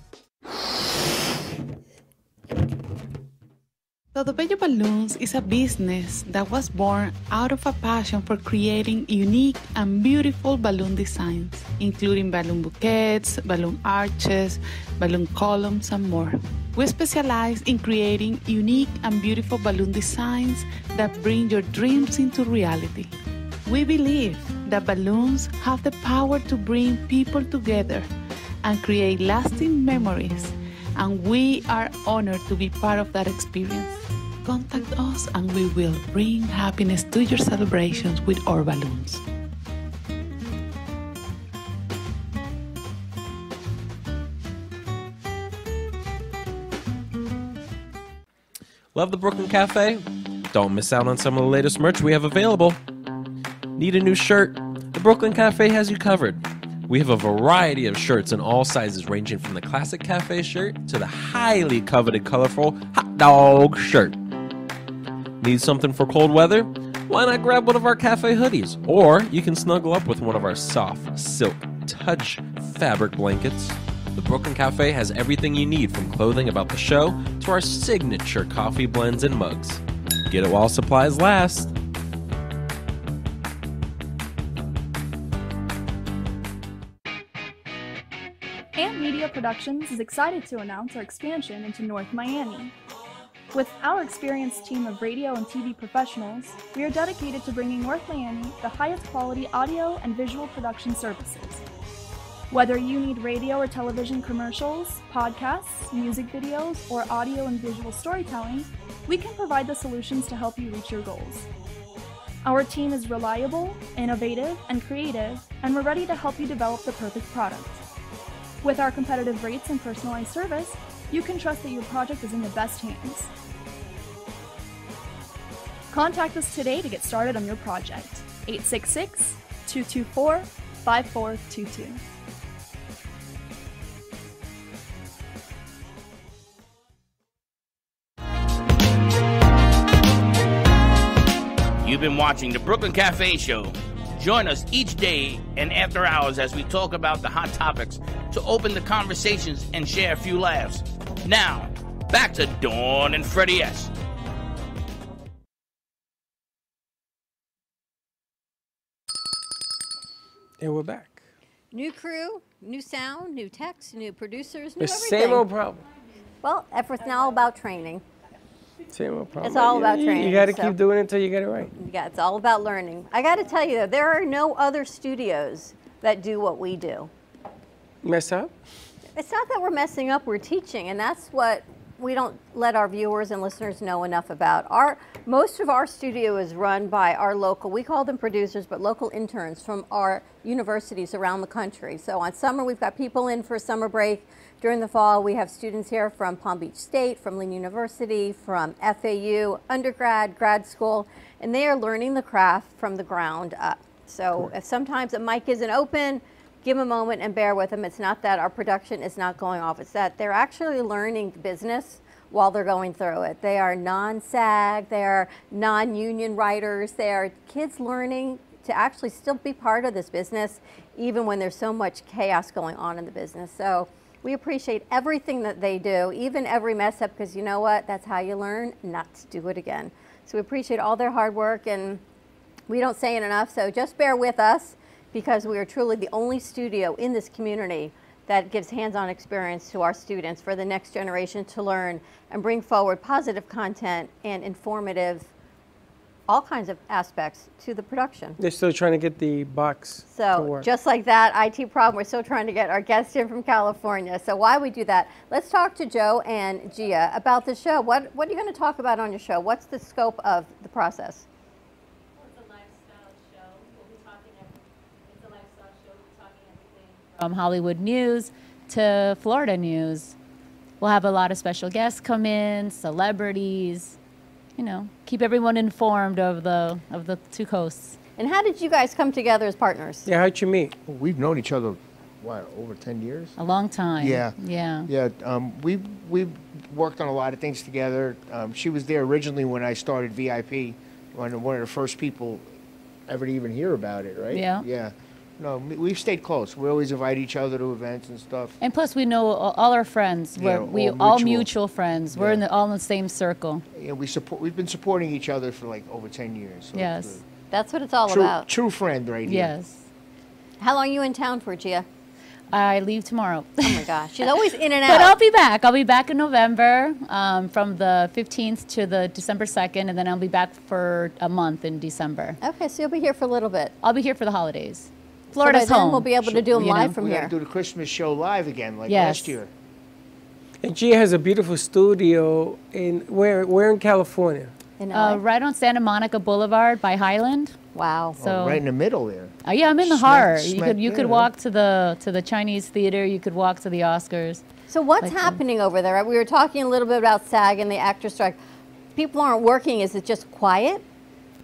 Todopello Balloons is a business that was born out of a passion for creating unique and beautiful balloon designs, including balloon bouquets, balloon arches, balloon columns, and more. We specialize in creating unique and beautiful balloon designs that bring your dreams into reality. We believe that balloons have the power to bring people together and create lasting memories, and we are honored to be part of that experience. Contact us and we will bring happiness to your celebrations with our balloons.
Love the Brooklyn Cafe? Don't miss out on some of the latest merch we have available. Need a new shirt? The Brooklyn Cafe has you covered. We have a variety of shirts in all sizes, ranging from the classic cafe shirt to the highly coveted colorful hot dog shirt. Need something for cold weather? Why not grab one of our cafe hoodies? Or you can snuggle up with one of our soft, silk, touch fabric blankets. The Brooklyn Cafe has everything you need from clothing about the show to our signature coffee blends and mugs. Get it while supplies last.
Amp Media Productions is excited to announce our expansion into North Miami. With our experienced team of radio and TV professionals, we are dedicated to bringing North Miami the highest quality audio and visual production services. Whether you need radio or television commercials, podcasts, music videos, or audio and visual storytelling, we can provide the solutions to help you reach your goals. Our team is reliable, innovative, and creative, and we're ready to help you develop the perfect product. With our competitive rates and personalized service, you can trust that your project is in the best hands. Contact us today to get started on your project. 866 224 5422.
You've been watching the Brooklyn Cafe Show. Join us each day and after hours as we talk about the hot topics to open the conversations and share a few laughs. Now, back to Dawn and Freddie S.
And we're back.
New crew, new sound, new text, new producers, new
The
everything.
same old problem.
Well, it's now about training.
Same old problem.
It's all about
You-
training,
You got to
so-
keep doing it until you get it right.
Yeah, it's all about learning. I got to tell you though, there are no other studios that do what we do.
Mess up?
It's not that we're messing up, we're teaching, and that's what we don't let our viewers and listeners know enough about. Our most of our studio is run by our local, we call them producers, but local interns from our universities around the country. So on summer we've got people in for summer break. During the fall, we have students here from Palm Beach State, from Lynn University, from FAU, undergrad, grad school, and they are learning the craft from the ground up. So if sometimes a mic isn't open, give them a moment and bear with them. It's not that our production is not going off, it's that they're actually learning the business while they're going through it. They are non SAG, they are non union writers, they are kids learning to actually still be part of this business, even when there's so much chaos going on in the business. So we appreciate everything that they do, even every mess up, because you know what? That's how you learn not to do it again. So we appreciate all their hard work and we don't say it enough, so just bear with us because we are truly the only studio in this community that gives hands on experience to our students for the next generation to learn and bring forward positive content and informative, all kinds of aspects to the production.
They're still trying to get the box to
So
work.
just like that IT problem, we're still trying to get our guest in from California. So why we do that? Let's talk to Joe and Gia about the show. What what are you going to talk about on your show? What's the scope of the process?
from Hollywood news to Florida news. We'll have a lot of special guests come in, celebrities, you know, keep everyone informed of the of the two coasts.
And how did you guys come together as partners?
Yeah, how'd you meet?
We've known each other, what, over 10 years?
A long time.
Yeah.
Oh, Yeah.
Yeah, um, we we worked on a lot of things together. Um, she was there originally when I started VIP, one one of the first people ever to even hear about it, right?
Yeah.
Yeah. No, we- we've stayed close. We always invite each other to events and stuff.
And plus, we know all all our friends.
Yeah,
We're, we
all
all
mutual.
mutual friends. We're in
Yeah.
the, all in the same circle.
Yeah, we support. We've been supporting each other for like over ten years. So it's
Yes.
That's what it's all
a true,
about.
True friend, right here.
Yes.
How long are you in town for, Gia?
I leave tomorrow. Oh
my gosh, she's always in and
But
out.
I'll be back. I'll be back in November um, from the 15th to the December 2nd, and then I'll be back for a month in December.
Okay, so you'll be here for a little bit.
I'll be here for the holidays.
So
Florida's
by then
home.
we'll be able to do 'em
you know?
live from
we
here.
got to do the Christmas show live again, like
Yes.
last year.
And Gia has a beautiful studio in where? Where in California?
Uh, right on Santa Monica Boulevard by Highland.
Wow.
So
Oh, right in the middle there.
Oh, yeah, I'm in the
Smack-
heart. You
smack
could you
there.
could walk to the to the Chinese theater. You could walk to the Oscars.
So what's
Like, um,
happening over there? We were talking a little bit about SAG and the actor strike. People aren't working. Is it just quiet?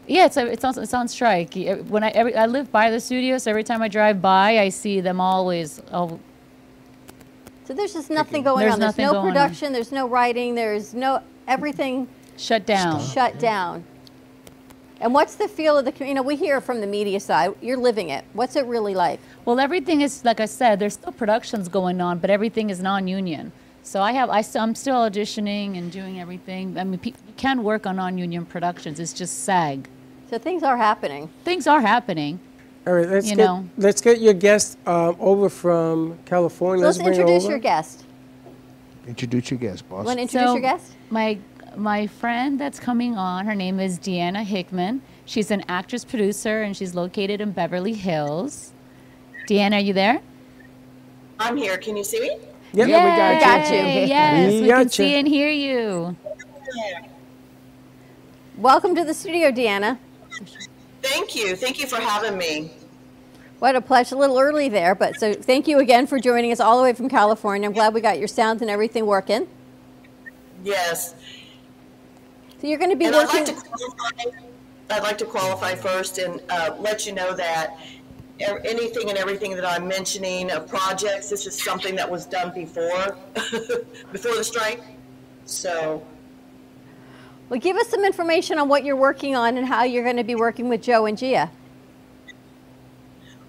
Yeah, it's a, it's on, it's on strike. Y- uh, When I every, I live by the studio, so every time I drive by, I see them always. Oh,
So there's just nothing going
There's
on. There's
nothing
no
going on.
production. There's no writing. There's no everything.
Shut down.
Shut down. And what's the feel of the community? You know, we hear from the media side. You're living it. What's it really like?
well, everything is like I said. There's still productions going on, but everything is non-union. So I have I still I'm still auditioning and doing everything. I mean, pe- you can work on non-union productions. It's just SAG.
So things are happening.
Things are happening.
All right, let's
You
get
know.
let's get your guest um, over from California.
So let's
bring her
introduce
over.
your guest.
Introduce your guest, boss.
Want to introduce your guest?
My my friend that's coming on, her name is Deanna Hickman. She's an actress producer and she's located in Beverly Hills. Deanna, are you there?
I'm here. Can you see me?
Yep, we got you. Yay, yes, We we can gotcha. see and
hear you. Welcome to the studio, Deanna.
Thank you. Thank you for having me.
What a pleasure. A little early there, but so thank you again for joining us all the way from California. I'm glad we got your sound and everything working.
Yes.
So you're going to be
and
working.
I'd like to qualify, I'd like to qualify first and uh, let you know that e- anything and everything that I'm mentioning of projects, this is something that was done before, before the strike. So,
Well, give us some information on what you're working on and how you're going to be working with Joe and Gia.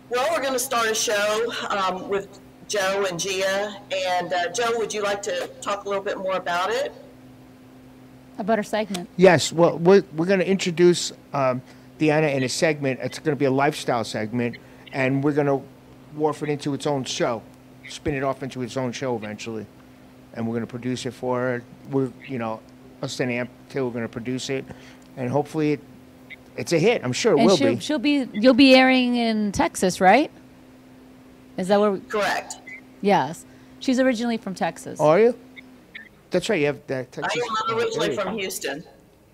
well, we're going to start a show um, with Joe and Gia. And uh, Joe, would you like to talk a little bit more about it?
About her segment.
Yes, well, we're, we're going to introduce um, Deanna in a segment. It's going to be a lifestyle segment, and we're going to morph it into its own show, spin it off into its own show eventually. And we're going to produce it for her. We're, you know, us and Amp Till we are going to produce it, and hopefully it, it's a hit. I'm sure it
and
will
she'll,
be.
she'll be you'll be airing in Texas, right? Is that where? We,
Correct.
Yes, she's originally from Texas.
Are you? That's right. You have that
I
Texas.
am originally from Houston.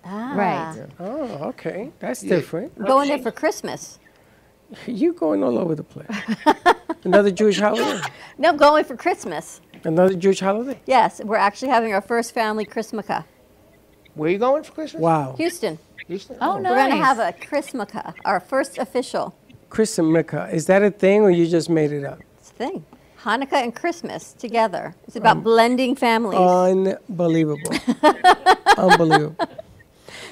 Right.
Oh, okay. That's
Yeah.
different.
Going there for Christmas.
You going all over the place. Another Jewish holiday.
No, I'm going for Christmas.
Another Jewish holiday.
Yes, we're actually having our first family Chrismica.
Where are you going for Christmas?
Wow.
Houston.
Houston.
Oh, no. We're going to have a Chrismica, our first official
Chris and Mecca. Is that a thing or you just made it up?
thing. Hanukkah and Christmas together. It's about blending families.
Unbelievable. Unbelievable.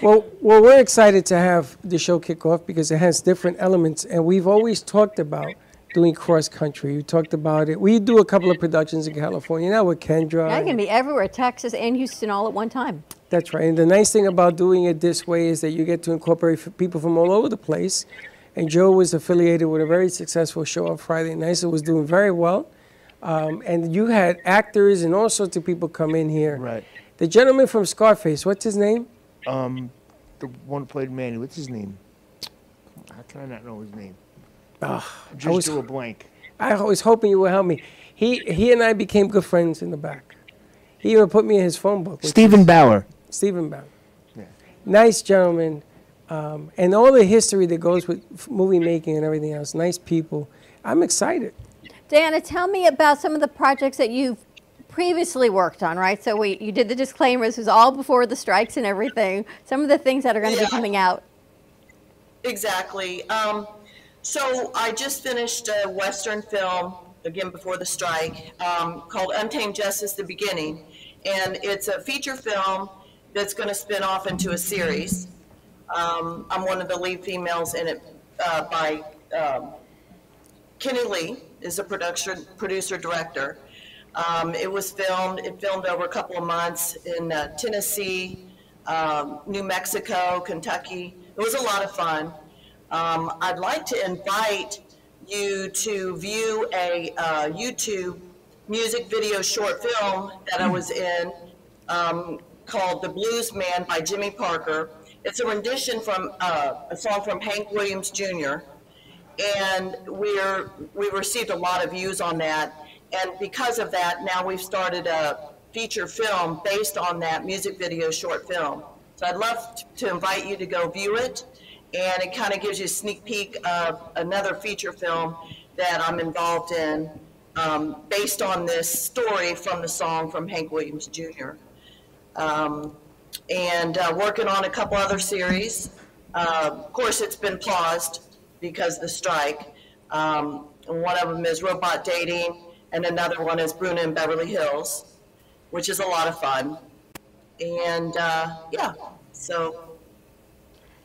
Well, well, we're excited to have the show kick off because it has different elements, and we've always talked about doing cross country. You talked about it. We do a couple of productions in California now with Kendra.
Now you can be everywhere, Texas and Houston all at one time.
That's right. And the nice thing about doing it this way is that you get to incorporate f- people from all over the place. And Joe was affiliated with a very successful show on Friday nights. It was doing very well. Um, and you had actors and all sorts of people come in here. Right. The gentleman from Scarface, what's his name?
Um, the one who played Manny. What's his name? How can I not know his name?
Ah, I
Just
was-
do a blank.
I was hoping you would help me. He, he and I became good friends in the back. He even put me in his phone book. which
Stephen
is-
Bauer.
Stephen Bauer. Nice gentleman. Um, and all the history that goes with f- movie making and everything else. Nice people. I'm excited.
Diana, tell me about some of the projects that you've previously worked on, right? So we, you did the disclaimers, it was all before the strikes and everything. Some of the things that are going to be coming out.
Exactly. Um, so I just finished a Western film, again before the strike, um, called Untamed Justice The Beginning. And it's a feature film that's going to spin off into a series. Um, I'm one of the lead females in it uh, by um, Kenny Lee, is a production, producer director. Um, it was filmed, it filmed over a couple of months in uh, Tennessee, um, New Mexico, Kentucky. It was a lot of fun. Um, I'd like to invite you to view a uh, YouTube music video short film that I was in um, called The Blues Man by Jimmy Parker. It's a rendition from uh, a song from Hank Williams Jr. And we're, we received a lot of views on that. And because of that, now we've started a feature film based on that music video short film. So I'd love t- to invite you to go view it. And it kind of gives you a sneak peek of another feature film that I'm involved in um, based on this story from the song from Hank Williams Jr. Um, and uh, working on a couple other series. Uh, of course, it's been paused because of the strike. Um, and one of them is robot dating, and another one is Bruna in Beverly Hills, which is a lot of fun. And uh, yeah, so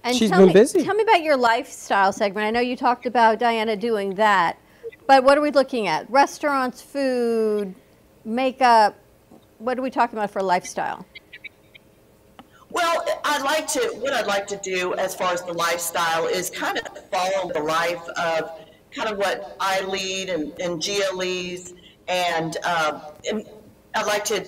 And
She's
tell
been
me,
busy.
Tell me about your lifestyle segment. I know you talked about Diana doing that, but what are we looking at? Restaurants, food, makeup. What are we talking about for lifestyle?
Well, I'd like to, what I'd like to do as far as the lifestyle is kind of follow the life of kind of what I lead and, and Gia leads. And, uh, and I'd like to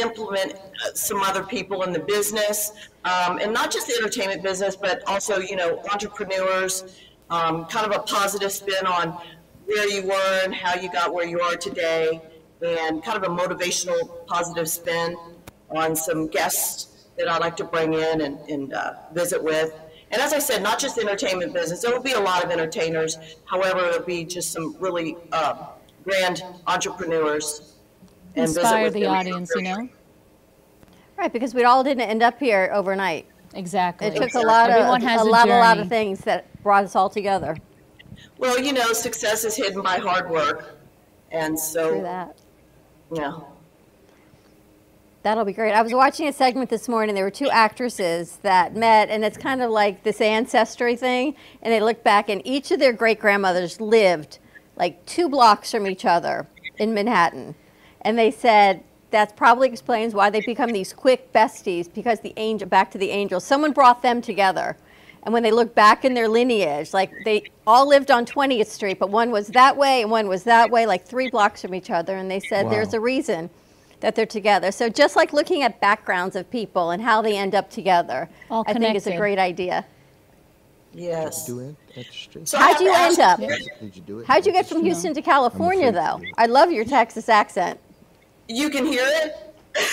implement uh, some other people in the business, um, and not just the entertainment business, but also, you know, entrepreneurs, um, kind of a positive spin on where you were and how you got where you are today, and kind of a motivational, positive spin on some guests that I like to bring in and, and uh, visit with. And as I said, not just the entertainment business, there will be a lot of entertainers. However, it'll be just some really uh, grand entrepreneurs. and visit
Inspire
with
the
them.
audience, you know?
Right, because we all didn't end up here overnight.
Exactly.
It took a lot
Everyone
of
has a
a lot, a lot
journey.
of things that brought us all together.
Well, you know, success is hidden by hard work, and so.
True that.
Yeah.
That'll be great. I was watching a segment this morning. There were two actresses that met, and it's kind of like this ancestry thing. And they looked back, and each of their great grandmothers lived like two blocks from each other in Manhattan. And they said that probably explains why they become these quick besties because the angel, back to the angel, someone brought them together. And when they look back in their lineage, like they all lived on 20th Street, but one was that way and one was that way, like three blocks from each other. And they said
Wow.
there's a reason that they're together. So just like looking at backgrounds of people and how they end up together,
All
I think is a
connected.
great idea.
Yes.
Do it. That's straight.
So How'd you end up?
Did you do it?
How'd you get from Houston to California, though? I love your Texas accent.
You can hear it?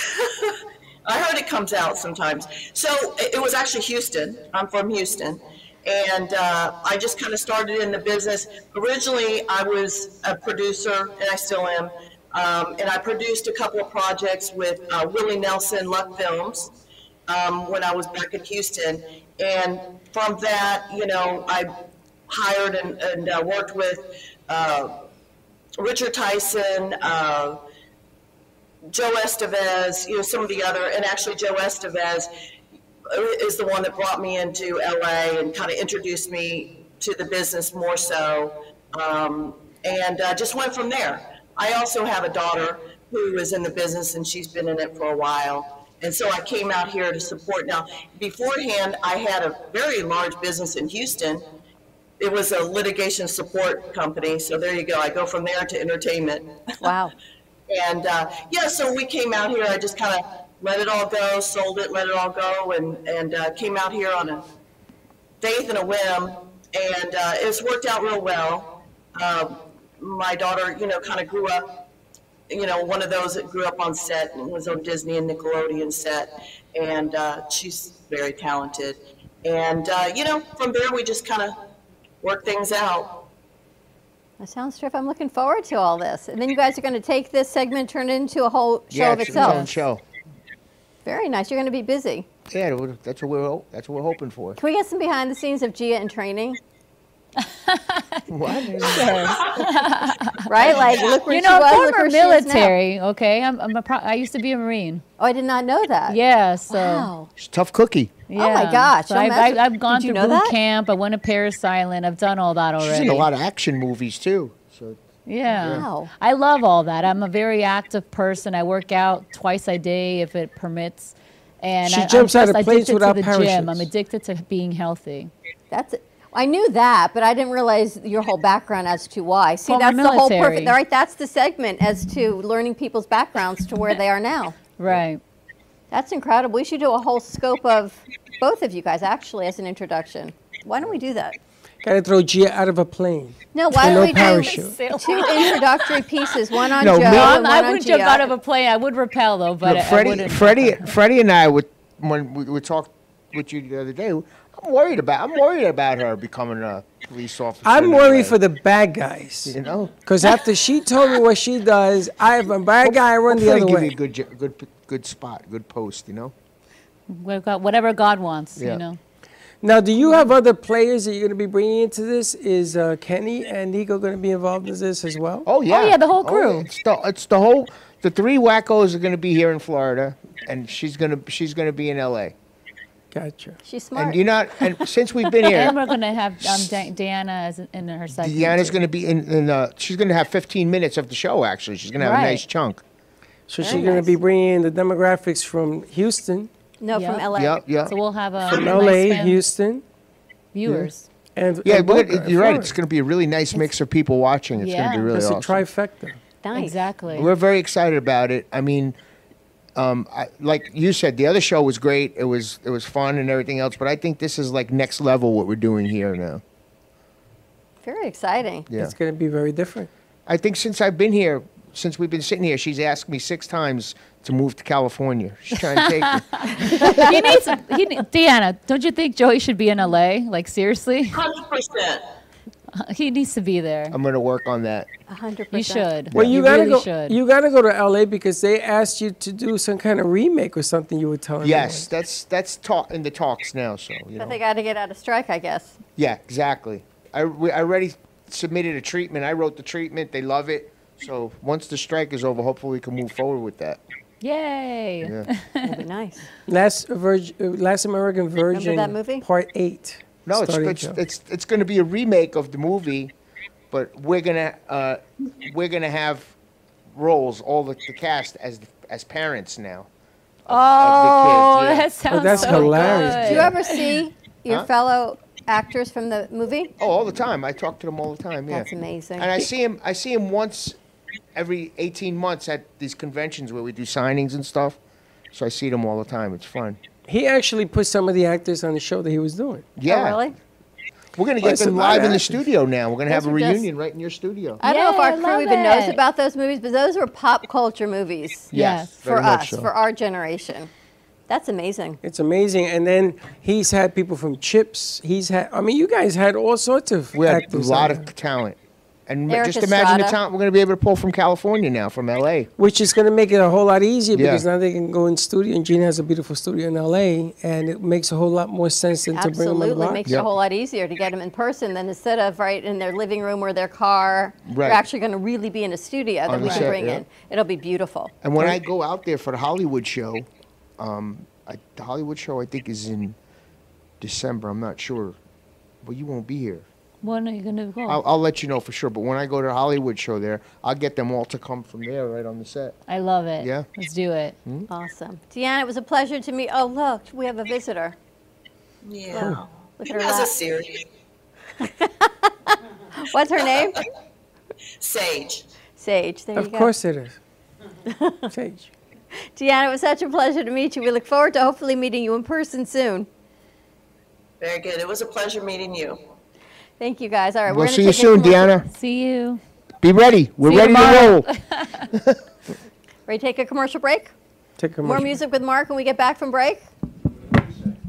I heard it comes out sometimes. So it it was actually Houston. I'm from Houston. And uh, I just kind of started in the business. Originally, I was a producer, and I still am. Um, and I produced a couple of projects with uh, Willie Nelson, Luck Films, um, when I was back in Houston. And from that, you know, I hired and, and uh, worked with uh, Richard Tyson, uh, Joe Estevez, you know, some of the other, and actually Joe Estevez is the one that brought me into LA and kind of introduced me to the business more so, um, and uh, just went from there. I also have a daughter who is in the business and she's been in it for a while, and so I came out here to support. Now, beforehand, I had a very large business in Houston. It was a litigation support company, so there you go. I go from there to entertainment.
Wow.
And uh, yeah, so we came out here. I just kind of let it all go, sold it, let it all go, and and uh, came out here on a faith and a whim, and uh, it's worked out real well. Uh, my daughter, you know, kind of grew up, you know, one of those that grew up on set and was on Disney and Nickelodeon set, and uh, she's very talented. And uh, you know, from there we just kind of work things out.
That sounds terrific. I'm looking forward to all this. And then you guys are going to take this segment, turn it into a whole show
yeah,
of
it's its own
itself.
show.
Very nice. You're going to be busy.
Yeah, that would- that's what we're ho- that's what we're hoping for.
Can we get some behind the scenes of Gia in training?
What?
Right? Like, look where
you
she
know,
was,
I'm
look
former
where she is now.
military. Okay, I'm, I'm a pro- I used to be a marine.
Oh, I did not know that.
Yeah. So.
Wow.
It's a tough cookie.
Yeah.
Oh my gosh,
So
I'll
I've, I've,
imagine-
I've gone
did you
through
know
boot
that?
camp. I went to Paris Island. I've done all that already.
She's in a lot of action movies too. So
Yeah.
Wow.
I love all that. I'm a very active person. I work out twice a day if it permits. And
She
I,
jumps
I'm
out
just
of planes
addicted
without
to the gym.
parachutes.
I'm addicted to being healthy.
That's it. I knew that, but I didn't realize your whole background as to why. See,
Former
that's the whole perfect.
military.
Right, that's the segment as to learning people's backgrounds to where they are now.
Right.
That's incredible. We should do a whole scope of both of you guys actually as an introduction. Why don't we do that?
Gotta throw Gia out of a plane.
No, why
And
don't
no
we
parachute.
do two introductory pieces, one on
No,
Joe
Mil-
and
I'm-
one
I
on
wouldn't jump
Gia.
out of a plane. I would repel though, but
Look,
I, I
Freddie,
wouldn't.
Freddie, Freddie, and I would when we, we talked with you the other day. I'm worried about. I'm worried about her becoming a police officer.
I'm
in LA.
worried for the bad guys.
You know,
Because after she told me what she does, I am a bad guy. I run the
Hopefully
other
give you
way.
a good, jo- good, p- good spot, good post. You know.
We've got whatever God wants,
Yeah.
you know.
Now, do you have other players that you're going to be bringing into this? Is uh, Kenny and Nico going to be involved in this as well?
Oh yeah.
yeah, the whole crew.
it's, the, it's the whole. The three wackos are going to be here in Florida, and she's going to she's going to be in L.A.
Gotcha.
She's
And you're not. And since we've been here,
and we're gonna have um, Dan- Deanna as in her segment.
Deanna's
too.
going to be in. in uh, she's going to have 15 minutes of the show. Actually, she's going to have
Right.
a nice chunk.
So
Very
she's going to be bringing the demographics from Houston,
No,
Yep.
from LA.
Yep, yep.
So we'll have uh, a
from
nice
L.A.,
fam-
Houston,
viewers.
and
Yeah,
and
but
Boca in
you're right.
Florida.
It's going to be a really nice mix of people watching. It's going to
Yeah.
be really
That's a
awesome.
trifecta.
Nice.
Exactly.
We're very excited about it. I mean, um, I, like you said, the other show was great. It was it was fun and everything else, but I think this is like next level what we're doing here now.
Very exciting.
Yeah.
It's going to be very different.
I think since I've been here, since we've been sitting here, she's asked me six times to move to California. She's trying to take me.
he needs, he, ne- Deanna, don't you think Joey should be in LA? Like, seriously?
100%.
He needs to be there.
I'm going to work on that.
100%.
You should.
Well, you, gotta
really
go.
should.
You gotta go to LA because they asked you to do some kind of remake or something. You were telling
Yes, that's that's talk in the talks now. So you
But
know.
they got to get out of strike, I guess.
Yeah, exactly. I, we, I already submitted a treatment. I wrote the treatment. They love it. So once the strike is over, hopefully we can move forward with that.
Yay.
Yeah.
That'd be nice.
me. Last Virgin, Last American Virgin.
that movie?
Part eight.
No, it's
starting
it's,
Joe.
it's it's going to be a remake of the movie, but we're gonna uh, we're gonna have roles all the, the cast as as parents now.
Oh,
yeah. that sounds so good.
Do you ever see your
Huh?
fellow actors from the movie?
Oh, all the time. I talk to them all the time. Yeah,
That's amazing.
And I see him. I see him once every eighteen months at these conventions where we do signings and stuff. So I see them all the time. It's fun.
He actually put some of the actors on the show that he was doing.
Yeah. We're gonna
Well,
get
it's
them
about
live in the
actors.
studio now. We're gonna have a
Those are just-
reunion right in your studio.
I don't know if
Yeah,
our
I
crew
love
even knows
it.
about those movies, but those were pop culture movies.
Yes,
For
very much
us,
so.
for our generation. That's amazing.
It's amazing. And then he's had people from Chips. He's had. I mean, you guys had all sorts of.
We had a
actors on
lot
there.
of talent, and
Eric
just imagine the
Estrada.
talent we're gonna be able to pull from California now, from LA.
Which is going to make it a whole lot easier
Yeah.
because now they can go in studio. And Gina has a beautiful studio in LA, and it makes a whole lot more sense than to bring them on the
Absolutely
box.
makes it a whole lot easier to get them in person than instead of right in their living room or their car.
Right.
We're actually going to really be in a studio
On
that
the
we can
set,
bring
yeah.
in. It'll be beautiful.
And when I go out there for the Hollywood show, um, I, the Hollywood show I think is in December. I'm not sure, but you won't be here.
When are you going to
Oh.
go?
I'll, I'll let you know for sure. But when I go to the Hollywood show there, I'll get them all to come from there right on the set.
I love it.
Yeah. Hmm?
Let's do it.
Awesome. Deanna, it was a pleasure to meet. Oh, look, we have a visitor.
Yeah.
Look
He
at her
has a
lap.
series.
What's her name?
Sage.
Sage. There you
Of
go.
course it is. Sage.
Deanna, it was such a pleasure to meet you. We look forward to hopefully meeting you in person soon.
Very good. It was a pleasure meeting you.
Thank you, guys. All right,
We'll
we're gonna
see you
take a
soon,
commercial-
Deanna.
See you.
Be ready. We're
See you
ready
tomorrow.
to roll.
Ready to take a commercial break?
Take a
More
moment.
music with Mark when we get back from break?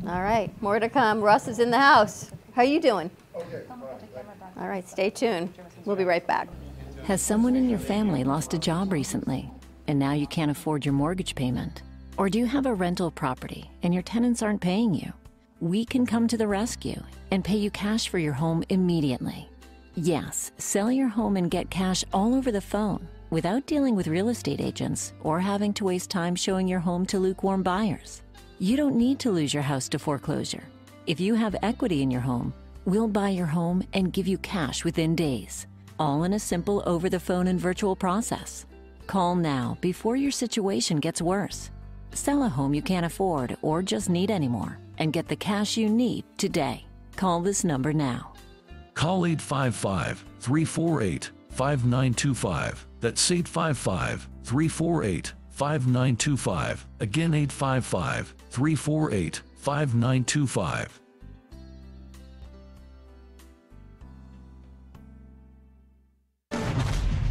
All right, more to come. Russ is in the house. How you doing? All right, stay tuned. We'll be right back.
Has someone in your family lost a job recently and now you can't afford your mortgage payment? Or do you have a rental property and your tenants aren't paying you? We can come to the rescue and pay you cash for your home immediately. Yes, sell your home and get cash all over the phone without dealing with real estate agents or having to waste time showing your home to lukewarm buyers. You don't need to lose your house to foreclosure. If you have equity in your home, we'll buy your home and give you cash within days, all in a simple over the phone and virtual process. Call now before your situation gets worse. Sell a home you can't afford or just need anymore and get the cash you need today. Call this number now.
Call 855 348 5925. That's 855 348 5925. Again, 855 348 5925.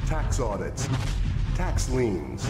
tax audits, tax liens,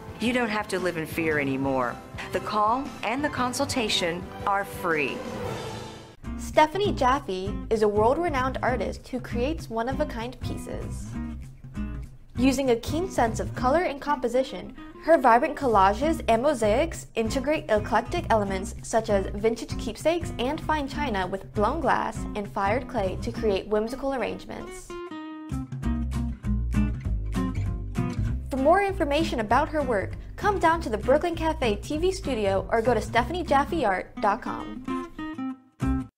You don't have to live in fear anymore. The call and the consultation are free.
Stephanie Jaffe is a world renowned artist who creates one of a kind pieces. Using a keen sense of color and composition, her vibrant collages and mosaics integrate eclectic elements such as vintage keepsakes and fine china with blown glass and fired clay to create whimsical arrangements. For more information about her work, come down to the Brooklyn Cafe TV studio or go to StephanieJaffeArt.com.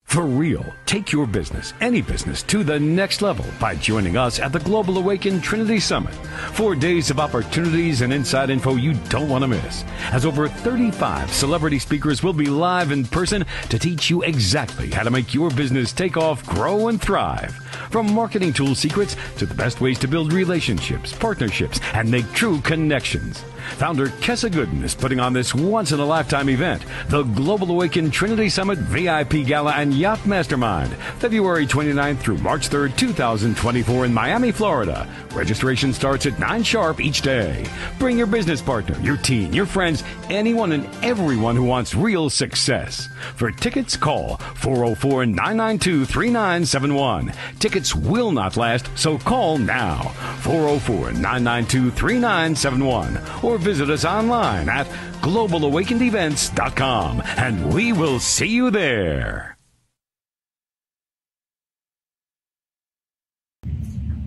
For real, take your business, any business, to the next level by joining us at the Global Awaken Trinity Summit. Four days of opportunities and inside info you don't want to miss, as over 35 celebrity speakers will be live in person to teach you exactly how to make your business take off, grow, and thrive. From marketing tool secrets to the best ways to build relationships, partnerships, and make true connections. Founder Kessa Gooden is putting on this once in a lifetime event, the Global Awaken Trinity Summit VIP Gala and Yacht Mastermind, February 29th through March 3rd, 2024 in Miami, Florida. Registration starts at 9 sharp each day. Bring your business partner, your team, your friends, anyone and everyone who wants real success. For tickets, call 404 992 3971. Tickets will not last, so call now 404 992 3971 or visit us online at globalawakenedevents.com and we will see you there.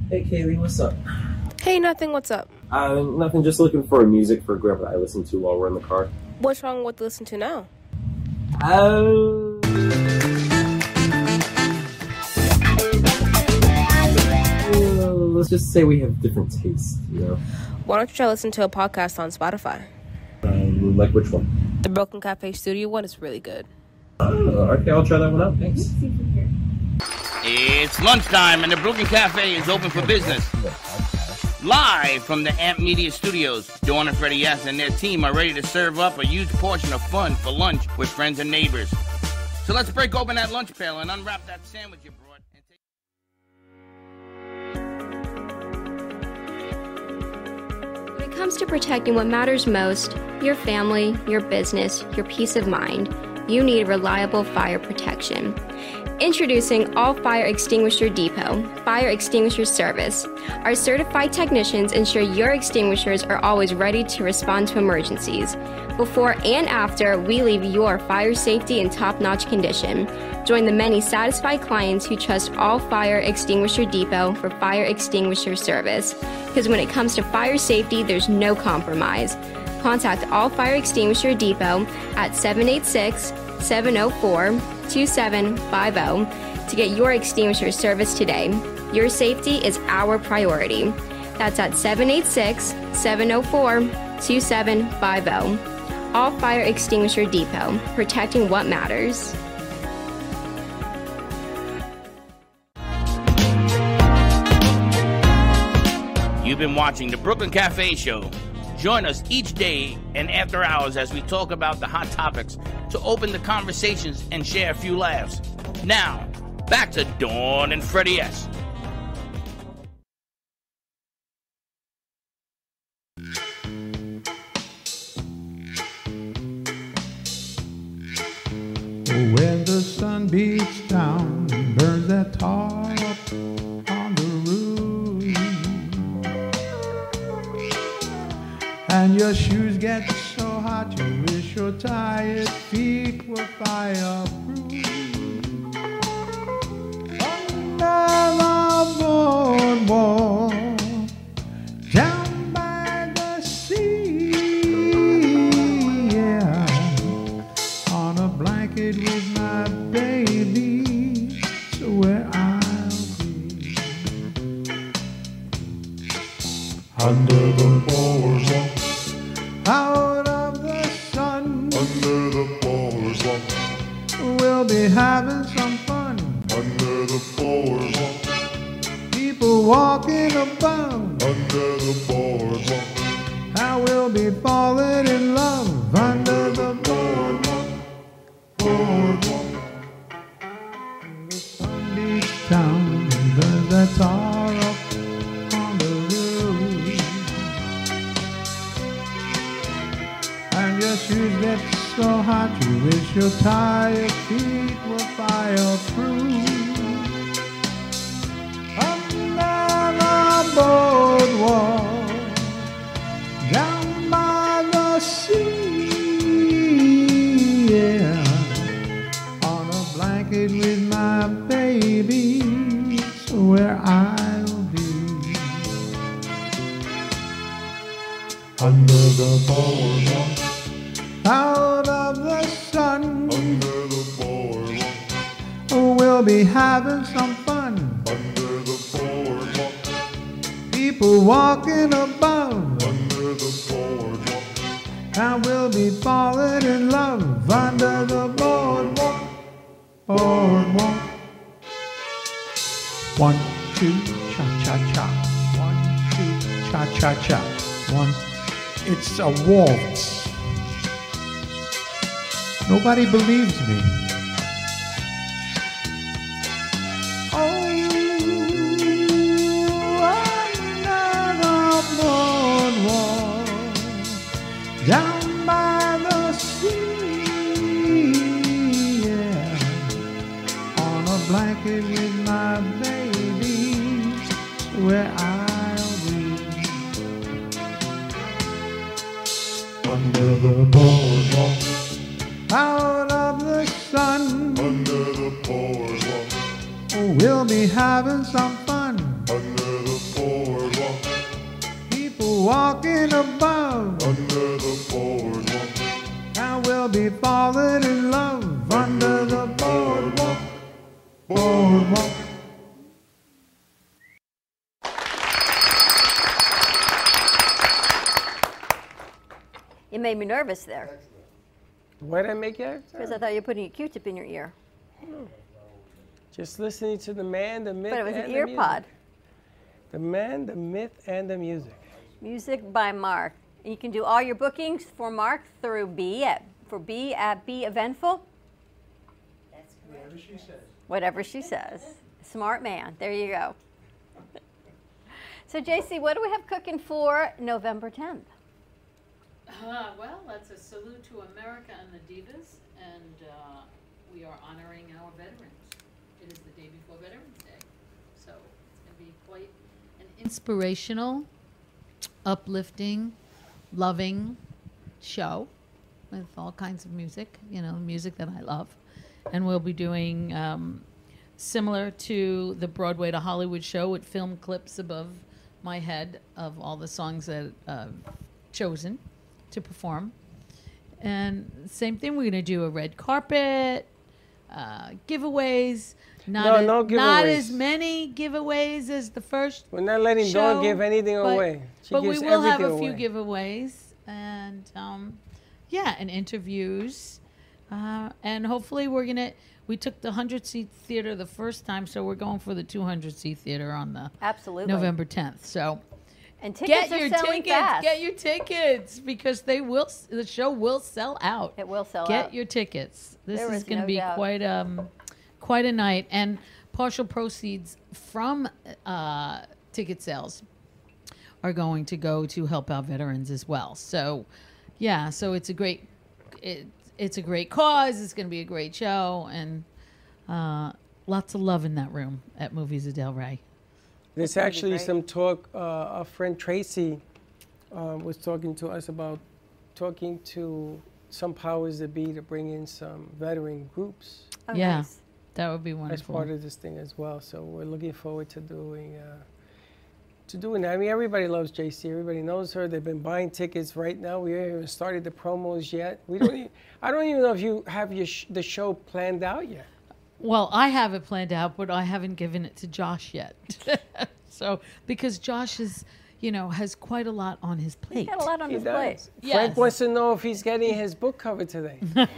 Hey Kaylee, what's up?
Hey, nothing. What's up?
Uh, nothing, just looking for music for grandpa I listen to while we're in the car.
What's wrong with listen to now?
Oh. Uh, let's just say we have different tastes, you know?
Why don't you try listen to a podcast on Spotify?
Um, like which one?
The Broken Cafe Studio one is really good.
Uh, okay, I'll try that one out. Thanks.
It's lunchtime, and the Brooklyn Cafe is open for business. Live from the Amp Media Studios, Dawn and Freddie S. and their team are ready to serve up a huge portion of fun for lunch with friends and neighbors. So let's break open that lunch pail and unwrap that sandwich you brought. And take-
When it comes to protecting what matters most your family, your business, your peace of mind you need reliable fire protection. Introducing All Fire Extinguisher Depot Fire Extinguisher Service. Our certified technicians ensure your extinguishers are always ready to respond to emergencies. Before and after, we leave your fire safety in top notch condition. Join the many satisfied clients who trust All Fire Extinguisher Depot for fire extinguisher service. Because when it comes to fire safety, there's no compromise contact All Fire Extinguisher Depot at 786 704 2750 to get your extinguisher service today. Your safety is our priority. That's at 786 704 2750. oh. All Fire Extinguisher Depot, protecting what matters.
You've been watching the Brooklyn Cafe Show. Join us each day and after hours as we talk about the hot topics to open the conversations and share a few laughs. Now, back to Dawn and Freddie S.
Oh, When the sun beats down and burns that tar up on the roof, and your shoes get so hot you wish your tired feet were fireproof. Nevermore,
having some fun.
Under the boardwalk.
People walking about.
Under the boardwalk.
I will be falling in love under the boardwalk. Boardwalk. Sunbeach town, there's that star up on the roof. And your shoes get so hot, you wish your tired feet were fireproof. Under the boardwalk down by the sea, yeah. On a blanket with my baby, it's where I'll be.
Under the boardwalk.
Out of the sun,
Under the boardwalk.
we'll be having some fun.
Under the boardwalk.
People walking about,
Under the boardwalk.
and we'll be falling in love under the boardwalk. Boardwalk. One, two, cha cha cha. One, two, cha cha cha. One, it's a waltz. Nobody believes me. Oh, another boardwalk down by the sea, yeah. On a blanket with my baby, where I'll be.
Under the boardwalk.
Out of the sun,
Under the boardwalk.
Oh, we'll be having some fun.
Under the boardwalk.
People walking about,
Under the boardwalk.
and we'll be falling in love under the boardwalk. Boardwalk.
You made me nervous there
Why did I make that?
because I thought you were putting a Q-tip in your ear,
Just listening to the man, the myth,
but it was
and
an
the
ear
music.
pod.
The man, the myth, and the music.
Music by Mark. You can do all your bookings for Mark through B at for B at B Eventful.
Whatever she says.
Whatever she says. Smart man. There you go. So, JC, what do we have cooking for November 10th?
Uh, well, that's a salute to America and the divas, and uh, we are honoring our veterans. It is the day before Veterans Day, so it's going to be quite an
inspirational, uplifting, loving show with all kinds of music, you know, music that I love. And we'll be doing um, similar to the Broadway to Hollywood show with film clips above my head of all the songs that uh, I've chosen to perform. And same thing, we're going to do a red carpet, uh, giveaways. Not,
No,
a-
no
not
giveaways.
as many giveaways as the first
We're not letting
show,
Dawn give anything
but-
away. She
but
gives
we will have
everything
a few
away.
giveaways and um, yeah, and interviews. Uh, and hopefully we're gonna we took the hundred seat theater the first time, so we're going for the two hundred seat theater on the
Absolutely.
November tenth. So
And tickets
get
are
your
selling
tickets,
fast.
get your tickets because they will s- the show will sell out.
It will sell
Get
out.
your tickets. This
There
is
is
going to
no
be
doubt.
quite um, quite a night, and partial proceeds from uh, ticket sales are going to go to help out veterans as well. So, yeah, so it's a great it, it's a great cause. It's going to be a great show, and uh, lots of love in that room at Movies of Del Rey.
There's
gonna be
actually
great.
some talk. Uh, our friend Tracy uh, was talking to us about talking to some powers that be to bring in some veteran groups.
Oh, Yeah, nice. that would be wonderful.
As part of this thing as well. So we're looking forward to doing. Uh, to doing that. I mean, everybody loves JC. Everybody knows her. They've been buying tickets right now. We haven't even started the promos yet. We don't. e I don't even know if you have your sh- the show planned out yet.
Well, I have it planned out, but I haven't given it to Josh yet. so because Josh is, you know, has quite a lot on his plate.
He's got a lot on
He
his
does.
plate.
Frank wants to know if he's getting his book cover today.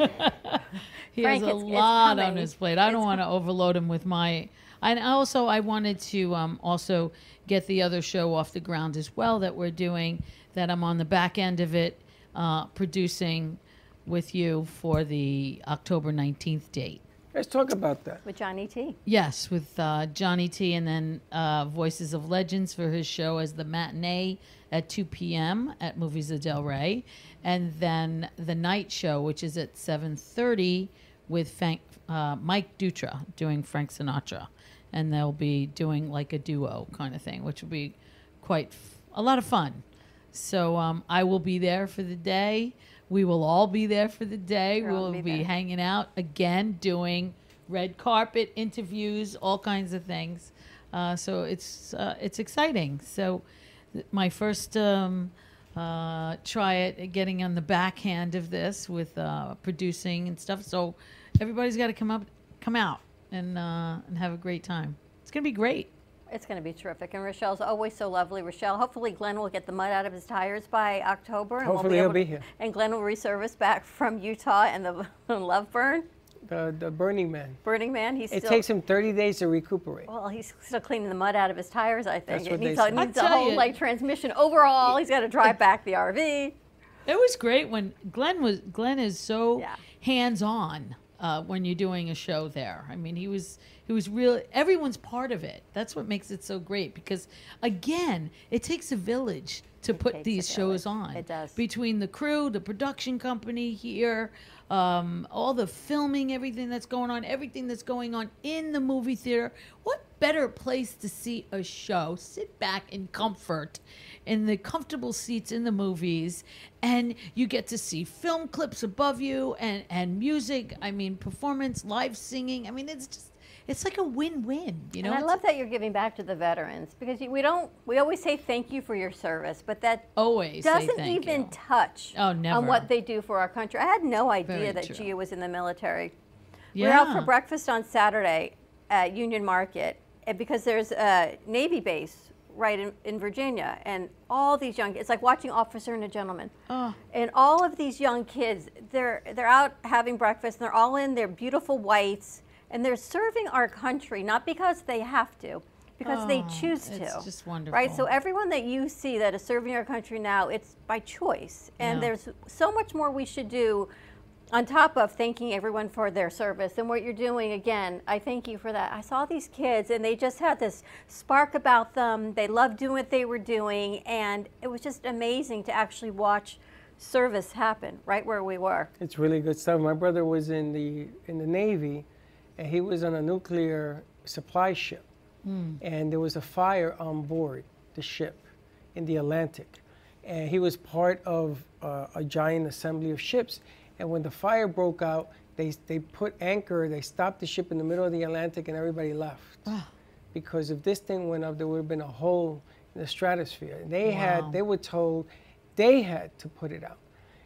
He
Frank,
has a
it's- it's
lot on
coming.
his plate. I don't
It's
want to overload him with my. And also, I wanted to um, also get the other show off the ground as well that we're doing. That I'm on the back end of it, uh, producing with you for the October 19th date.
Let's talk about that.
With Johnny T.
Yes, with uh, Johnny T and then uh, Voices of Legends for his show as the matinee at 2 p.m. at Movies of Del Rey, and then the night show, which is at 7:30 with Frank, uh, Mike Dutra doing Frank Sinatra, and they'll be doing like a duo kind of thing, which will be quite f- a lot of fun. So um, I will be there for the day. We will all be there for the day. we'll be, hanging out again, doing red carpet interviews, all kinds of things. Uh, so it's uh, it's exciting. So th- my first um, uh, try at getting on the backhand of this with uh, producing and stuff. So everybody's got to come up, come out, and uh, and have a great time. It's gonna be great.
It's going to be terrific. And Rochelle's always so lovely. Rochelle, hopefully Glenn will get the mud out of his tires by October. And
Hopefully he'll
we'll be
be
able to-
here.
And Glenn will reservice back from Utah and the Love Burn,
The, the Burning Man.
Burning Man. He's
It
still,
takes him 30 days to recuperate.
Well, he's still cleaning the mud out of his tires, I think.
That's
it
what they
needs, a,
say. I
needs a
tell
whole
you-
like transmission overall. He's got to drive back the RV.
It was great when Glenn was Glenn is so hands on uh, when you're doing a show there. I mean, he was he was real. Everyone's part of it. That's what makes it so great because again, it takes a village to put these shows on. It does between the crew, the production company here, um, all the filming, everything that's going on, everything that's going on in the movie theater. What better place to see a show, sit back in comfort in the comfortable seats in the movies, and you get to see film clips above you and, and music, I mean, performance, live singing. I mean, it's just, it's like a win win, you know?
and I love that you're giving back to the veterans because you, we don't. We always say thank you for your service, but that
Always say
doesn't
thank
even touch
Oh,
on
never.
what they do for our country. I had no idea
Very
that
true.
Gia was in the military. We were out for
Yeah.
breakfast on Saturday at Union Market and because there's a Navy base right in, in Virginia, and all these young. It's like watching Officer and a Gentleman.
Oh,
And all of these young kids, they're they're out having breakfast, and they're all in their beautiful whites, and they're serving our country not because they have to, because they
Oh,
choose to.
it's just
Right. So
wonderful.
everyone that you see that is serving our country now, it's by choice, and
Yeah.
there's so much more we should do. On top of thanking everyone for their service and what you're doing, again, I thank you for that. I saw these kids and they just had this spark about them. They loved doing what they were doing, and it was just amazing to actually watch service happen right where we were.
It's really good stuff. My brother was in the in the Navy, and he was on a nuclear supply ship,
Mm.
and there was a fire on board the ship in the Atlantic, and he was part of uh, a giant assembly of ships, and when the fire broke out, they they put anchor, they stopped the ship in the middle of the Atlantic, and everybody left, because if this thing went up, there would have been a hole in the stratosphere. And they
Wow.
had they were told they had to put it out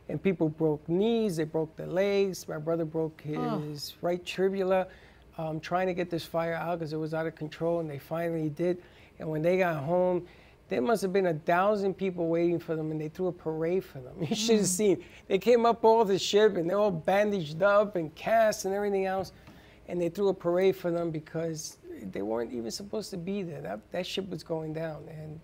and people broke knees, they broke their legs. My brother broke his
Oh.
right tribula um, trying to get this fire out because it was out of control, and they finally did. And when they got home, there must have been a thousand people waiting for them, and they threw a parade for them. You should have seen. They came up all the ship, and they're all bandaged up and cast and everything else, and they threw a parade for them because they weren't even supposed to be there. That that ship was going down, and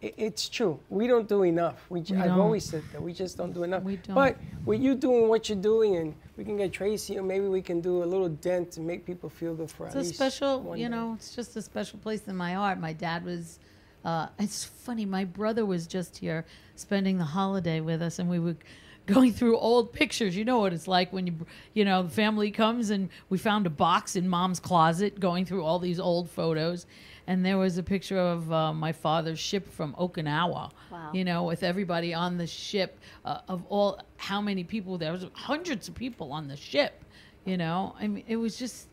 it, it's true. We don't do enough. We, j-
We
I've
don't.
always said that. We just don't do enough. We don't. But with you doing what you're doing, and we can get Tracy, or maybe we can do a little dent to make people feel good for
It's
at
a
least
special,
one
you
day.
know, it's just a special place in my heart. My dad was, uh, it's funny, my brother was just here spending the holiday with us, and we were going through old pictures. You know what it's like when you, you know, the family comes and we found a box in mom's closet going through all these old photos. And there was a picture of uh, my father's ship from Okinawa,
Wow.
you know, with everybody on the ship uh, of all how many people there was hundreds of people on the ship, you know. I mean, it was just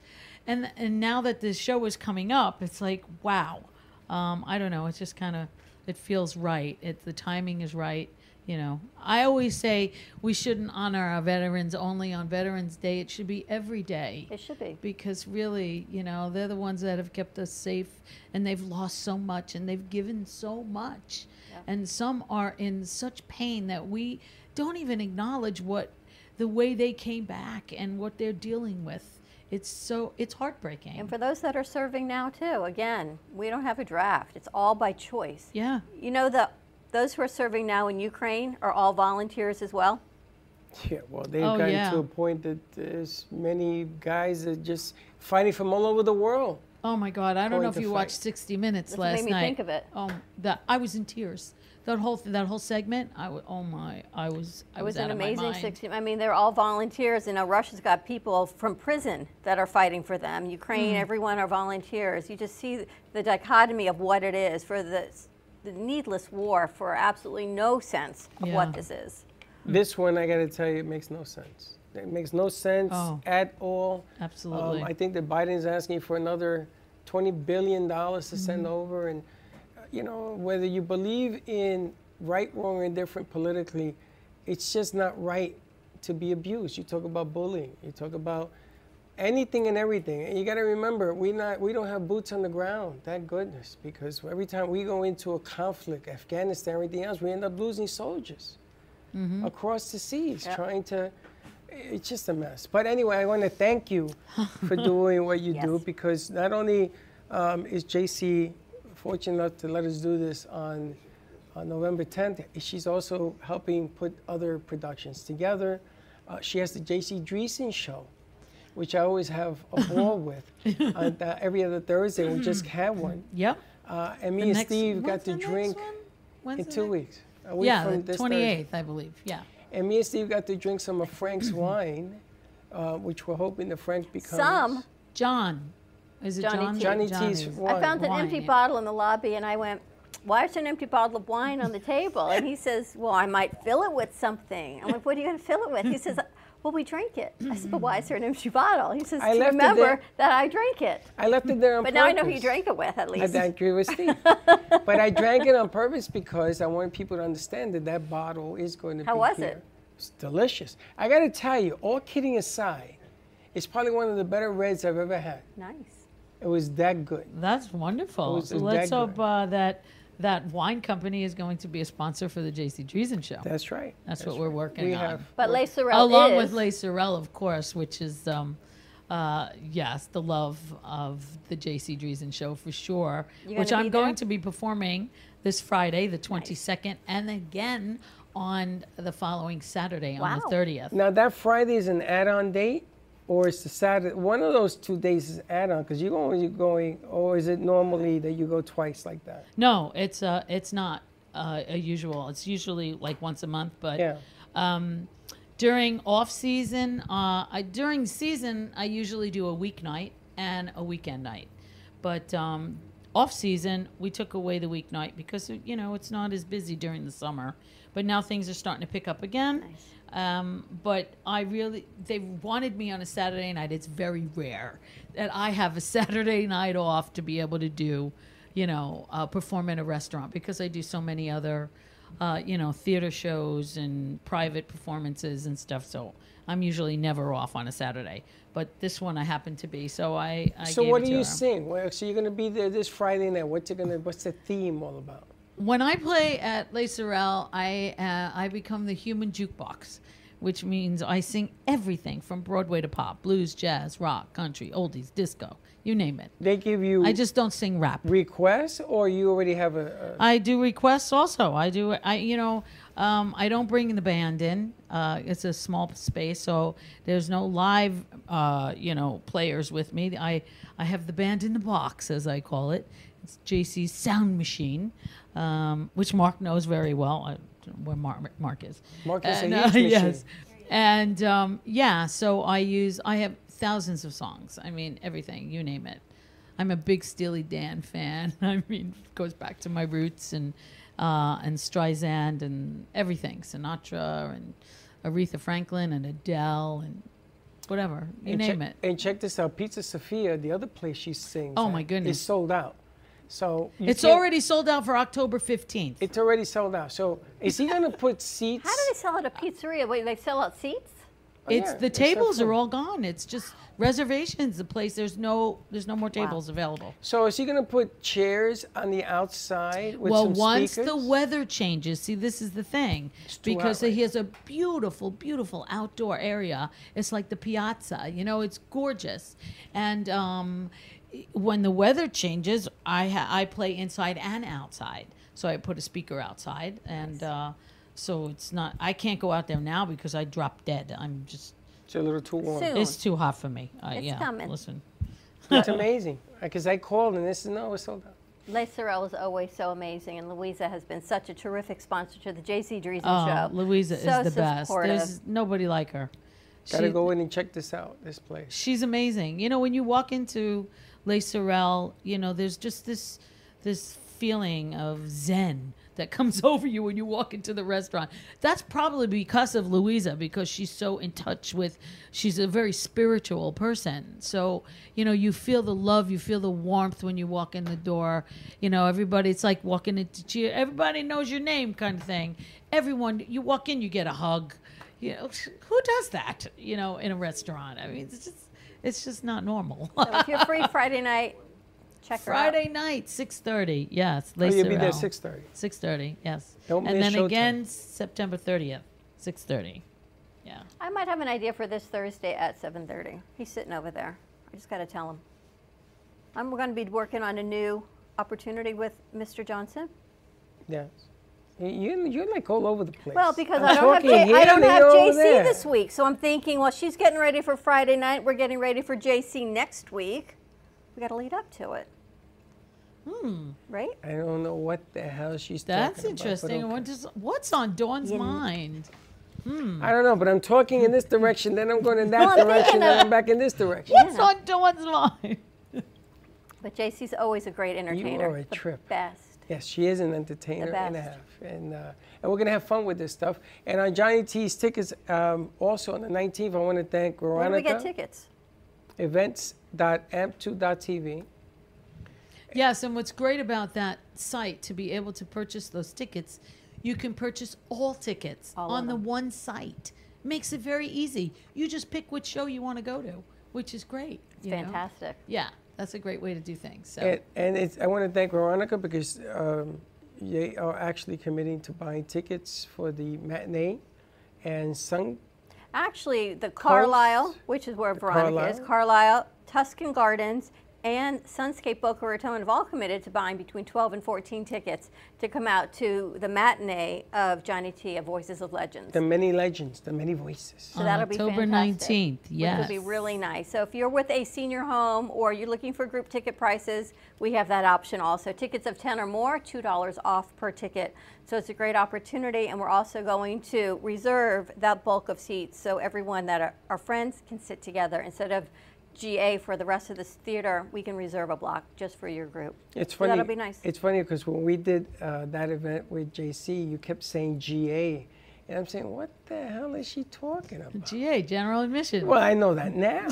and and now that this show is coming up, it's like wow. Um, I don't know. It's just kind of it feels right. It the timing is right. You know, I always say we shouldn't honor our veterans only on Veterans Day. It should be every day.
It should be
because really, you know, they're the ones that have kept us safe, and they've lost so much, and they've given so much, and some are in such pain that we don't even acknowledge what the way they came back and what they're dealing with. It's so it's heartbreaking.
And for those that are serving now too, again, we don't have a draft. It's all by choice.
Yeah.
You know the those who are serving now in Ukraine are all volunteers as well.
Yeah, well, they've
Oh,
gotten
yeah.
to a point that there's many guys that just fighting from all over the world.
Oh my God! I don't
Going
know if
to
you
fight.
watched 60 Minutes
That's what
last
made me
night.
think of it.
Oh, that I was in tears. That whole that whole segment. I wa- oh my! I was I
It was
out
an
of my
amazing
mind.
60. I mean, they're all volunteers. You know, Russia's got people from prison that are fighting for them. Ukraine,
Mm.
everyone are volunteers. You just see the dichotomy of what it is for the, the needless war for absolutely no sense of
Yeah.
what this is.
Hmm.
This one, I got to tell you, it makes no sense. It makes no sense
Oh.
at all. Um,
Absolutely.
I think that Biden's asking for another $20 billion to send
Mhm.
over. And, uh, you know, whether you believe in right, wrong, or indifferent politically, it's just not right to be abused. You talk about bullying, you talk about anything and everything. And you got to remember, we not we don't have boots on the ground. Thank goodness, because every time we go into a conflict, Afghanistan, everything else, we end up losing soldiers
Mm-hmm.
across the seas,
Yep.
trying to. It's just a mess. But anyway, I want to thank you for doing what you do because not only um, is JC fortunate enough to let us do this on, on November 10th, she's also helping put other productions together. Uh, she has the JC Dreesen show, which I always have a ball with. on uh, every other Thursday, we just had one.
Yep.
Uh, and me
The
and
next-
Steve
when's
got to
the next
drink
one?
in
When's the
two
next-
weeks. A week
yeah,
from
the
this
28th,
Thursday.
I believe. Yeah.
And me and Steve got to drink some of Frank's wine, uh, which we're hoping that Frank becomes.
Some.
John. Is it John?
T. Johnny T's wine.
I found an
Wine,
empty
yeah.
bottle in the lobby and I went, why is there an empty bottle of wine on the table? And he says, well, I might fill it with something. I'm like, what are you going to fill it with? He says, well, we drank it. I said, but why is there an empty bottle? He says,
I
to
left it
remember
there.
that I drank it.
I left it there on
But
purpose.
now I know who you drank it with, at least.
I drank it with Steve. but I drank it on purpose because I wanted people to understand that that bottle is going to
How
be
was
here.
it?
It's delicious. I got to tell you, all kidding aside, it's probably one of the better reds I've ever had.
Nice.
It was that good.
That's wonderful.
It was- it
so
was
let's
that
hope uh, that that wine company is going to be a sponsor for the JC Dreesen show.
That's right.
That's,
That's
what we're
right.
working
We
on.
have-
But Le Sorrel
along
is-
with Le Sorrel, of course, which is um, uh, yes, the love of the JC Dreesen show for sure.
You
which
gonna
I'm
be
going
there?
to be performing this Friday, the 22nd, and again on the following Saturday on the 30th.
Now that Friday is an add-on date, or it's the Saturday. One of those two days is add-on because you're going, you're going, or is it normally that you go twice like that?
No, it's uh, it's not uh, a usual. It's usually like once a month, but
Yeah.
um, during off season, uh, I, during season, I usually do a weeknight and a weekend night. But um, off season, we took away the weeknight because you know it's not as busy during the summer. But now things are starting to pick up again. Um, but I really, they wanted me on a Saturday night. It's very rare that I have a Saturday night off to be able to do, you know, uh, perform in a restaurant because I do so many other, uh, you know, theater shows and private performances and stuff. So I'm usually never off on a Saturday. But this one I happen to be. So I, I
so
gave
what
it
do
to
you
her.
sing? Well, so you're going to be there this Friday night. What's it going to? What's the theme all about?
when I play at Les Sorrel, I uh, I become the human jukebox, which means I sing everything from Broadway to pop, blues, jazz, rock, country, oldies, disco, you name it.
They give you.
I just don't sing rap.
Requests, or you already have a. a
I do requests also. I do. I you know, um, I don't bring the band in. Uh, it's a small space, so there's no live, uh, you know, players with me. I I have the band in the box, as I call it. It's JC's sound machine, um, which Mark knows very well. I don't know where Mark, Mark is.
Mark is a
And, uh,
huge machine.
Yes. And um, yeah, so I use. I have thousands of songs. I mean, everything. You name it. I'm a big Steely Dan fan. I mean, it goes back to my roots and uh, and Streisand and everything, Sinatra and Aretha Franklin and Adele and whatever you
and
name
check,
it.
And check this out, Pizza Sophia, the other place she sings.
Oh,
at,
my goodness.
is sold out. So you
It's
can't-
already sold out for October 15th.
It's already sold out. So is he going to put seats?
How do they sell out a pizzeria? Wait, they sell out seats?
it's
oh, yeah,
the
it's so
tables are
cool.
all gone. It's just reservations. The place there's no there's no more tables available.
So is he going to put chairs on the outside with
well,
some
once
speakers?
the weather changes, see, this is the thing.
too
Because
hot right
he has a beautiful, beautiful outdoor area. It's like the piazza, you know, it's gorgeous. And um, i- when the weather changes, I, ha- I play inside and outside. So I put a speaker outside. And uh, so it's not, I can't go out there now because I drop dead. I'm just.
It's a little too warm. Soon.
It's too hot for me. I,
It's
yeah,
coming.
Listen.
It's amazing because I called and this is no, it's sold out.
Les Sorrell is always so amazing, and Louisa has been such a terrific sponsor to the JC Dreesen
Oh,
show.
Louisa is
So
the best.
supportive.
There's nobody like her.
Gotta
She-
go in and check this out. This place.
She's amazing. You know, when you walk into Les Sorel, you know, there's just this this feeling of zen that comes over you when you walk into the restaurant. That's probably because of Louisa because she's so in touch with she's a very spiritual person. So, you know, you feel the love, you feel the warmth when you walk in the door. You know, everybody it's like walking into cheer everybody knows your name kind of thing. Everyone you walk in, you get a hug you know who does that you know in a restaurant i mean it's just it's just not normal
So if you're free Friday night, check
friday
her out.
night 6.30 yes
Oh, you'll be there
6.30
6:30.
6.30 yes
Don't
and
miss
then
showtime.
again september 30th 6.30 yeah
I might have an idea for this Thursday at 7:30. He's sitting over there. I just got to tell him. I'm going to be working on a new opportunity with Mr. Johnson.
Yeah. You, you're like all over the place.
Well, because
I'm
I don't have
talking
J-
here
I don't
and
have
you're over
JC
there.
this week, so I'm thinking, well, she's getting ready for Friday night. We're getting ready for JC next week. We got to lead up to it,
hmm
right?
I don't know what the hell she's
that's
talking
interesting
About,
what does, hmm. what's on dawn's mind
but okay. I don't know, but I'm talking in this direction, then I'm going in that
Well, I'm thinking
direction, then
of-
I'm back in this direction.
what's on dawn's mind
But JC's always a great entertainer.
are a
the
trip.
Best.
Yes, she is an entertainer and a
best.
half. And, uh, and we're going to have fun with this stuff. And on Johnny T's tickets, um, also on the 19th, I want to thank Veronica.
Where do we get tickets?
Events.amp2.tv.
Yes, and what's great about that site to be able to purchase those tickets, you can purchase all tickets
All of
on the
them.
one site. Makes it very easy. You just pick which show you want to go to, which is great. It's
fantastic.
Yeah, that's a great way to do things. So
And, and it's, I want to thank Veronica because um, they are actually committing to buying tickets for the matinee and sung.
Actually, the Carlisle, which is where Veronica is,
Carlisle?
Carlisle, Tuscan Gardens, and Sunscape Boca Raton have all committed to buying between 12 and 14 tickets to come out to the matinee of Johnny T of Voices of Legends.
The many legends, the many voices.
So that'll be
October
fantastic,
19th,
Which will
yes.
be really nice. So if you're with a senior home or you're looking for group ticket prices, we have that option also. Tickets of 10 or more, $2 off per ticket. So it's a great opportunity. And we're also going to reserve that bulk of seats so everyone that are, our friends can sit together instead of GA for the rest of this theater, we can reserve a block just for your group.
It's
So
funny.
that'll be nice.
It's funny because when we did uh, that event with JC, you kept saying GA, and I'm saying, what the hell is she talking about?
GA, general admission.
Well, I know that now.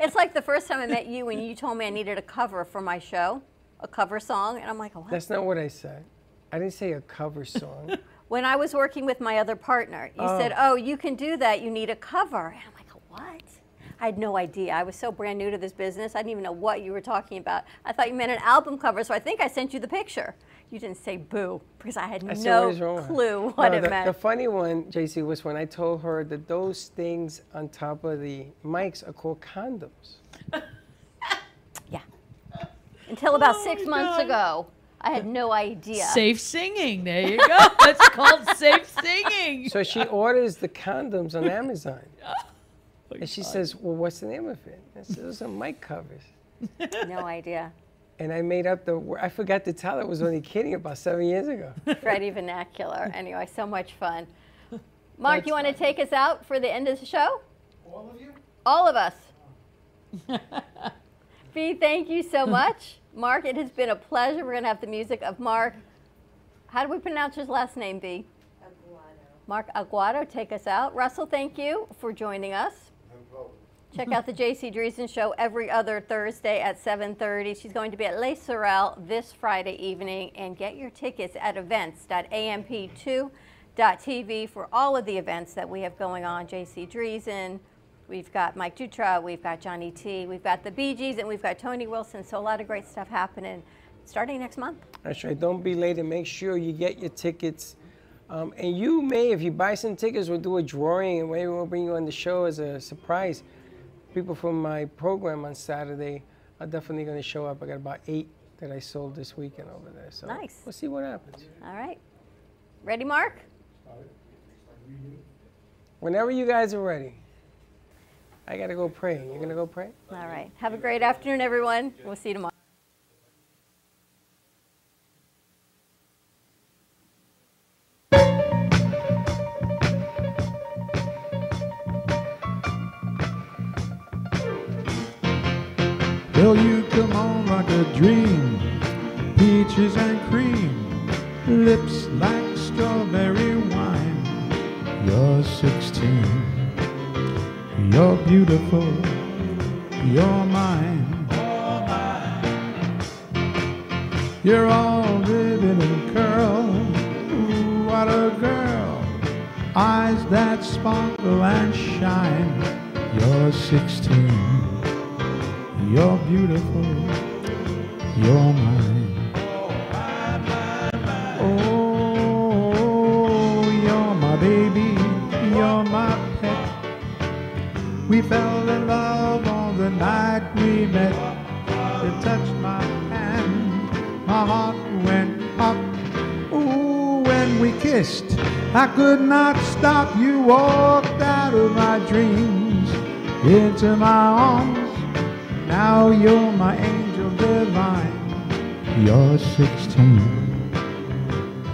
It's like the first time I met you when you told me I needed a cover for my show, a cover song. And I'm like, what?
That's not what I said. I didn't say a cover song.
when I was working with my other partner, you
Oh.
said, "Oh, you can do that. You need a cover." And I'm like, "What?" I had no idea. I was so brand new to this business. I didn't even know what you were talking about. I thought you meant an album cover, so I think I sent you the picture. You didn't say boo because I had
I said,
no
what is wrong Oh, with her?"
clue what
No,
it
the,
meant.
The funny one, JC, was when I told her that those things on top of the mics are called condoms.
Until about
Oh
six months ago, I had no idea.
safe singing. There you go. That's called safe singing.
So she orders the condoms on Amazon. and she says, Well, what's the name of it? I said, Those are mic covers.
no idea.
And I made up the word. I forgot to tell her I was only kidding about seven years ago.
Freddy Vernacular. Anyway, so much fun. Mark, you want to take us out for the end of the show?
All of you?
All of us. Fee, thank you so much. Mark, it has been a pleasure. We're going to have the music of Mark. How do we pronounce his last name, Fee? Mark Aguado, take us out. Russell, thank you for joining us.
No problem.
Check out the JC Dreesen show every other Thursday at 7:30. She's going to be at Les Sorel this Friday evening and get your tickets at events.amp2.tv. TV for all of the events that we have going on. JC Dreesen, we've got Mike Dutra, we've got Johnny T, we've got the Bee Gees, and we've got Tony Wilson. So a lot of great stuff happening starting next month.
That's right. Don't be late and make sure you get your tickets. Um, and you may, if you buy some tickets, we'll do a drawing and maybe we'll bring you on the show as a surprise. People from my program on Saturday are definitely going to show up. I got about eight that I sold this weekend over there. So
Nice.
We'll see what happens.
All right. Ready, Mark?
Whenever you guys are ready, I got to go pray. You're going to go pray?
All right. Have a great afternoon, everyone. We'll see you tomorrow.
Will you come on like a dream? Peaches and cream, lips like strawberry wine. You're 16, you're beautiful, you're mine. You're all ribbon and curl. Ooh, what a girl! Eyes that sparkle and shine. You're 16. You're beautiful. You're mine. Oh, you're my baby. You're my pet. We fell in love on the night we met. You touched my hand. My heart went up. Ooh, when we kissed, I could not stop. You walked out of my dreams into my arms. Now you're my angel divine. You're 16.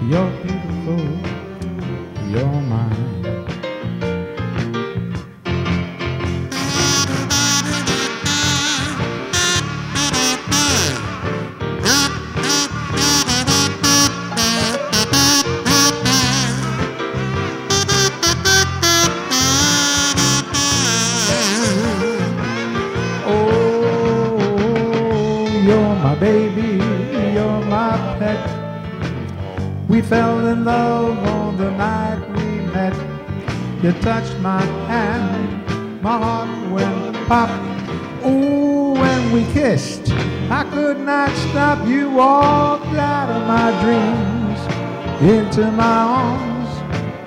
You're beautiful. You're mine. Oh, you're my baby, you're my pet. We fell in love on the night we met. You touched my hand, my heart went pop. Ooh, when we kissed, I could not stop. You walked out of my dreams into my arms,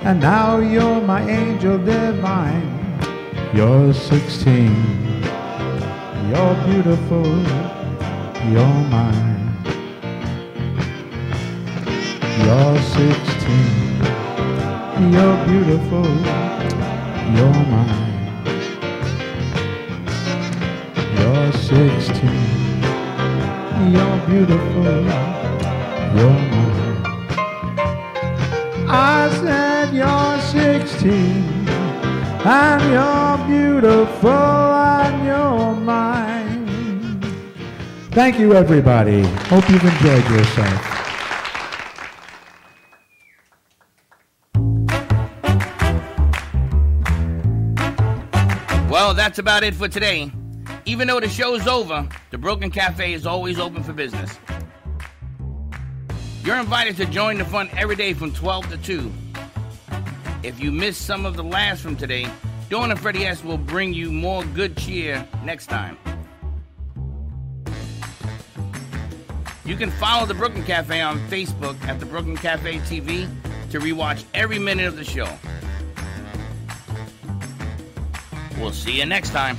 and now you're my angel divine. You're 16. You're beautiful, you're mine. You're 16, you're beautiful, you're mine. You're 16, you're beautiful, you're mine. I said you're 16, and you're beautiful, and you're mine. Thank you, everybody. Hope you've enjoyed yourself.
Well, that's about it for today. Even though the show's over, the Broken Cafe is always open for business. You're invited to join the fun every day from 12 to 2. If you missed some of the laughs from today, Dawn and Freddie S will bring you more good cheer next time. You can follow the Brooklyn Cafe on Facebook at the Brooklyn Cafe TV to rewatch every minute of the show. We'll see you next time.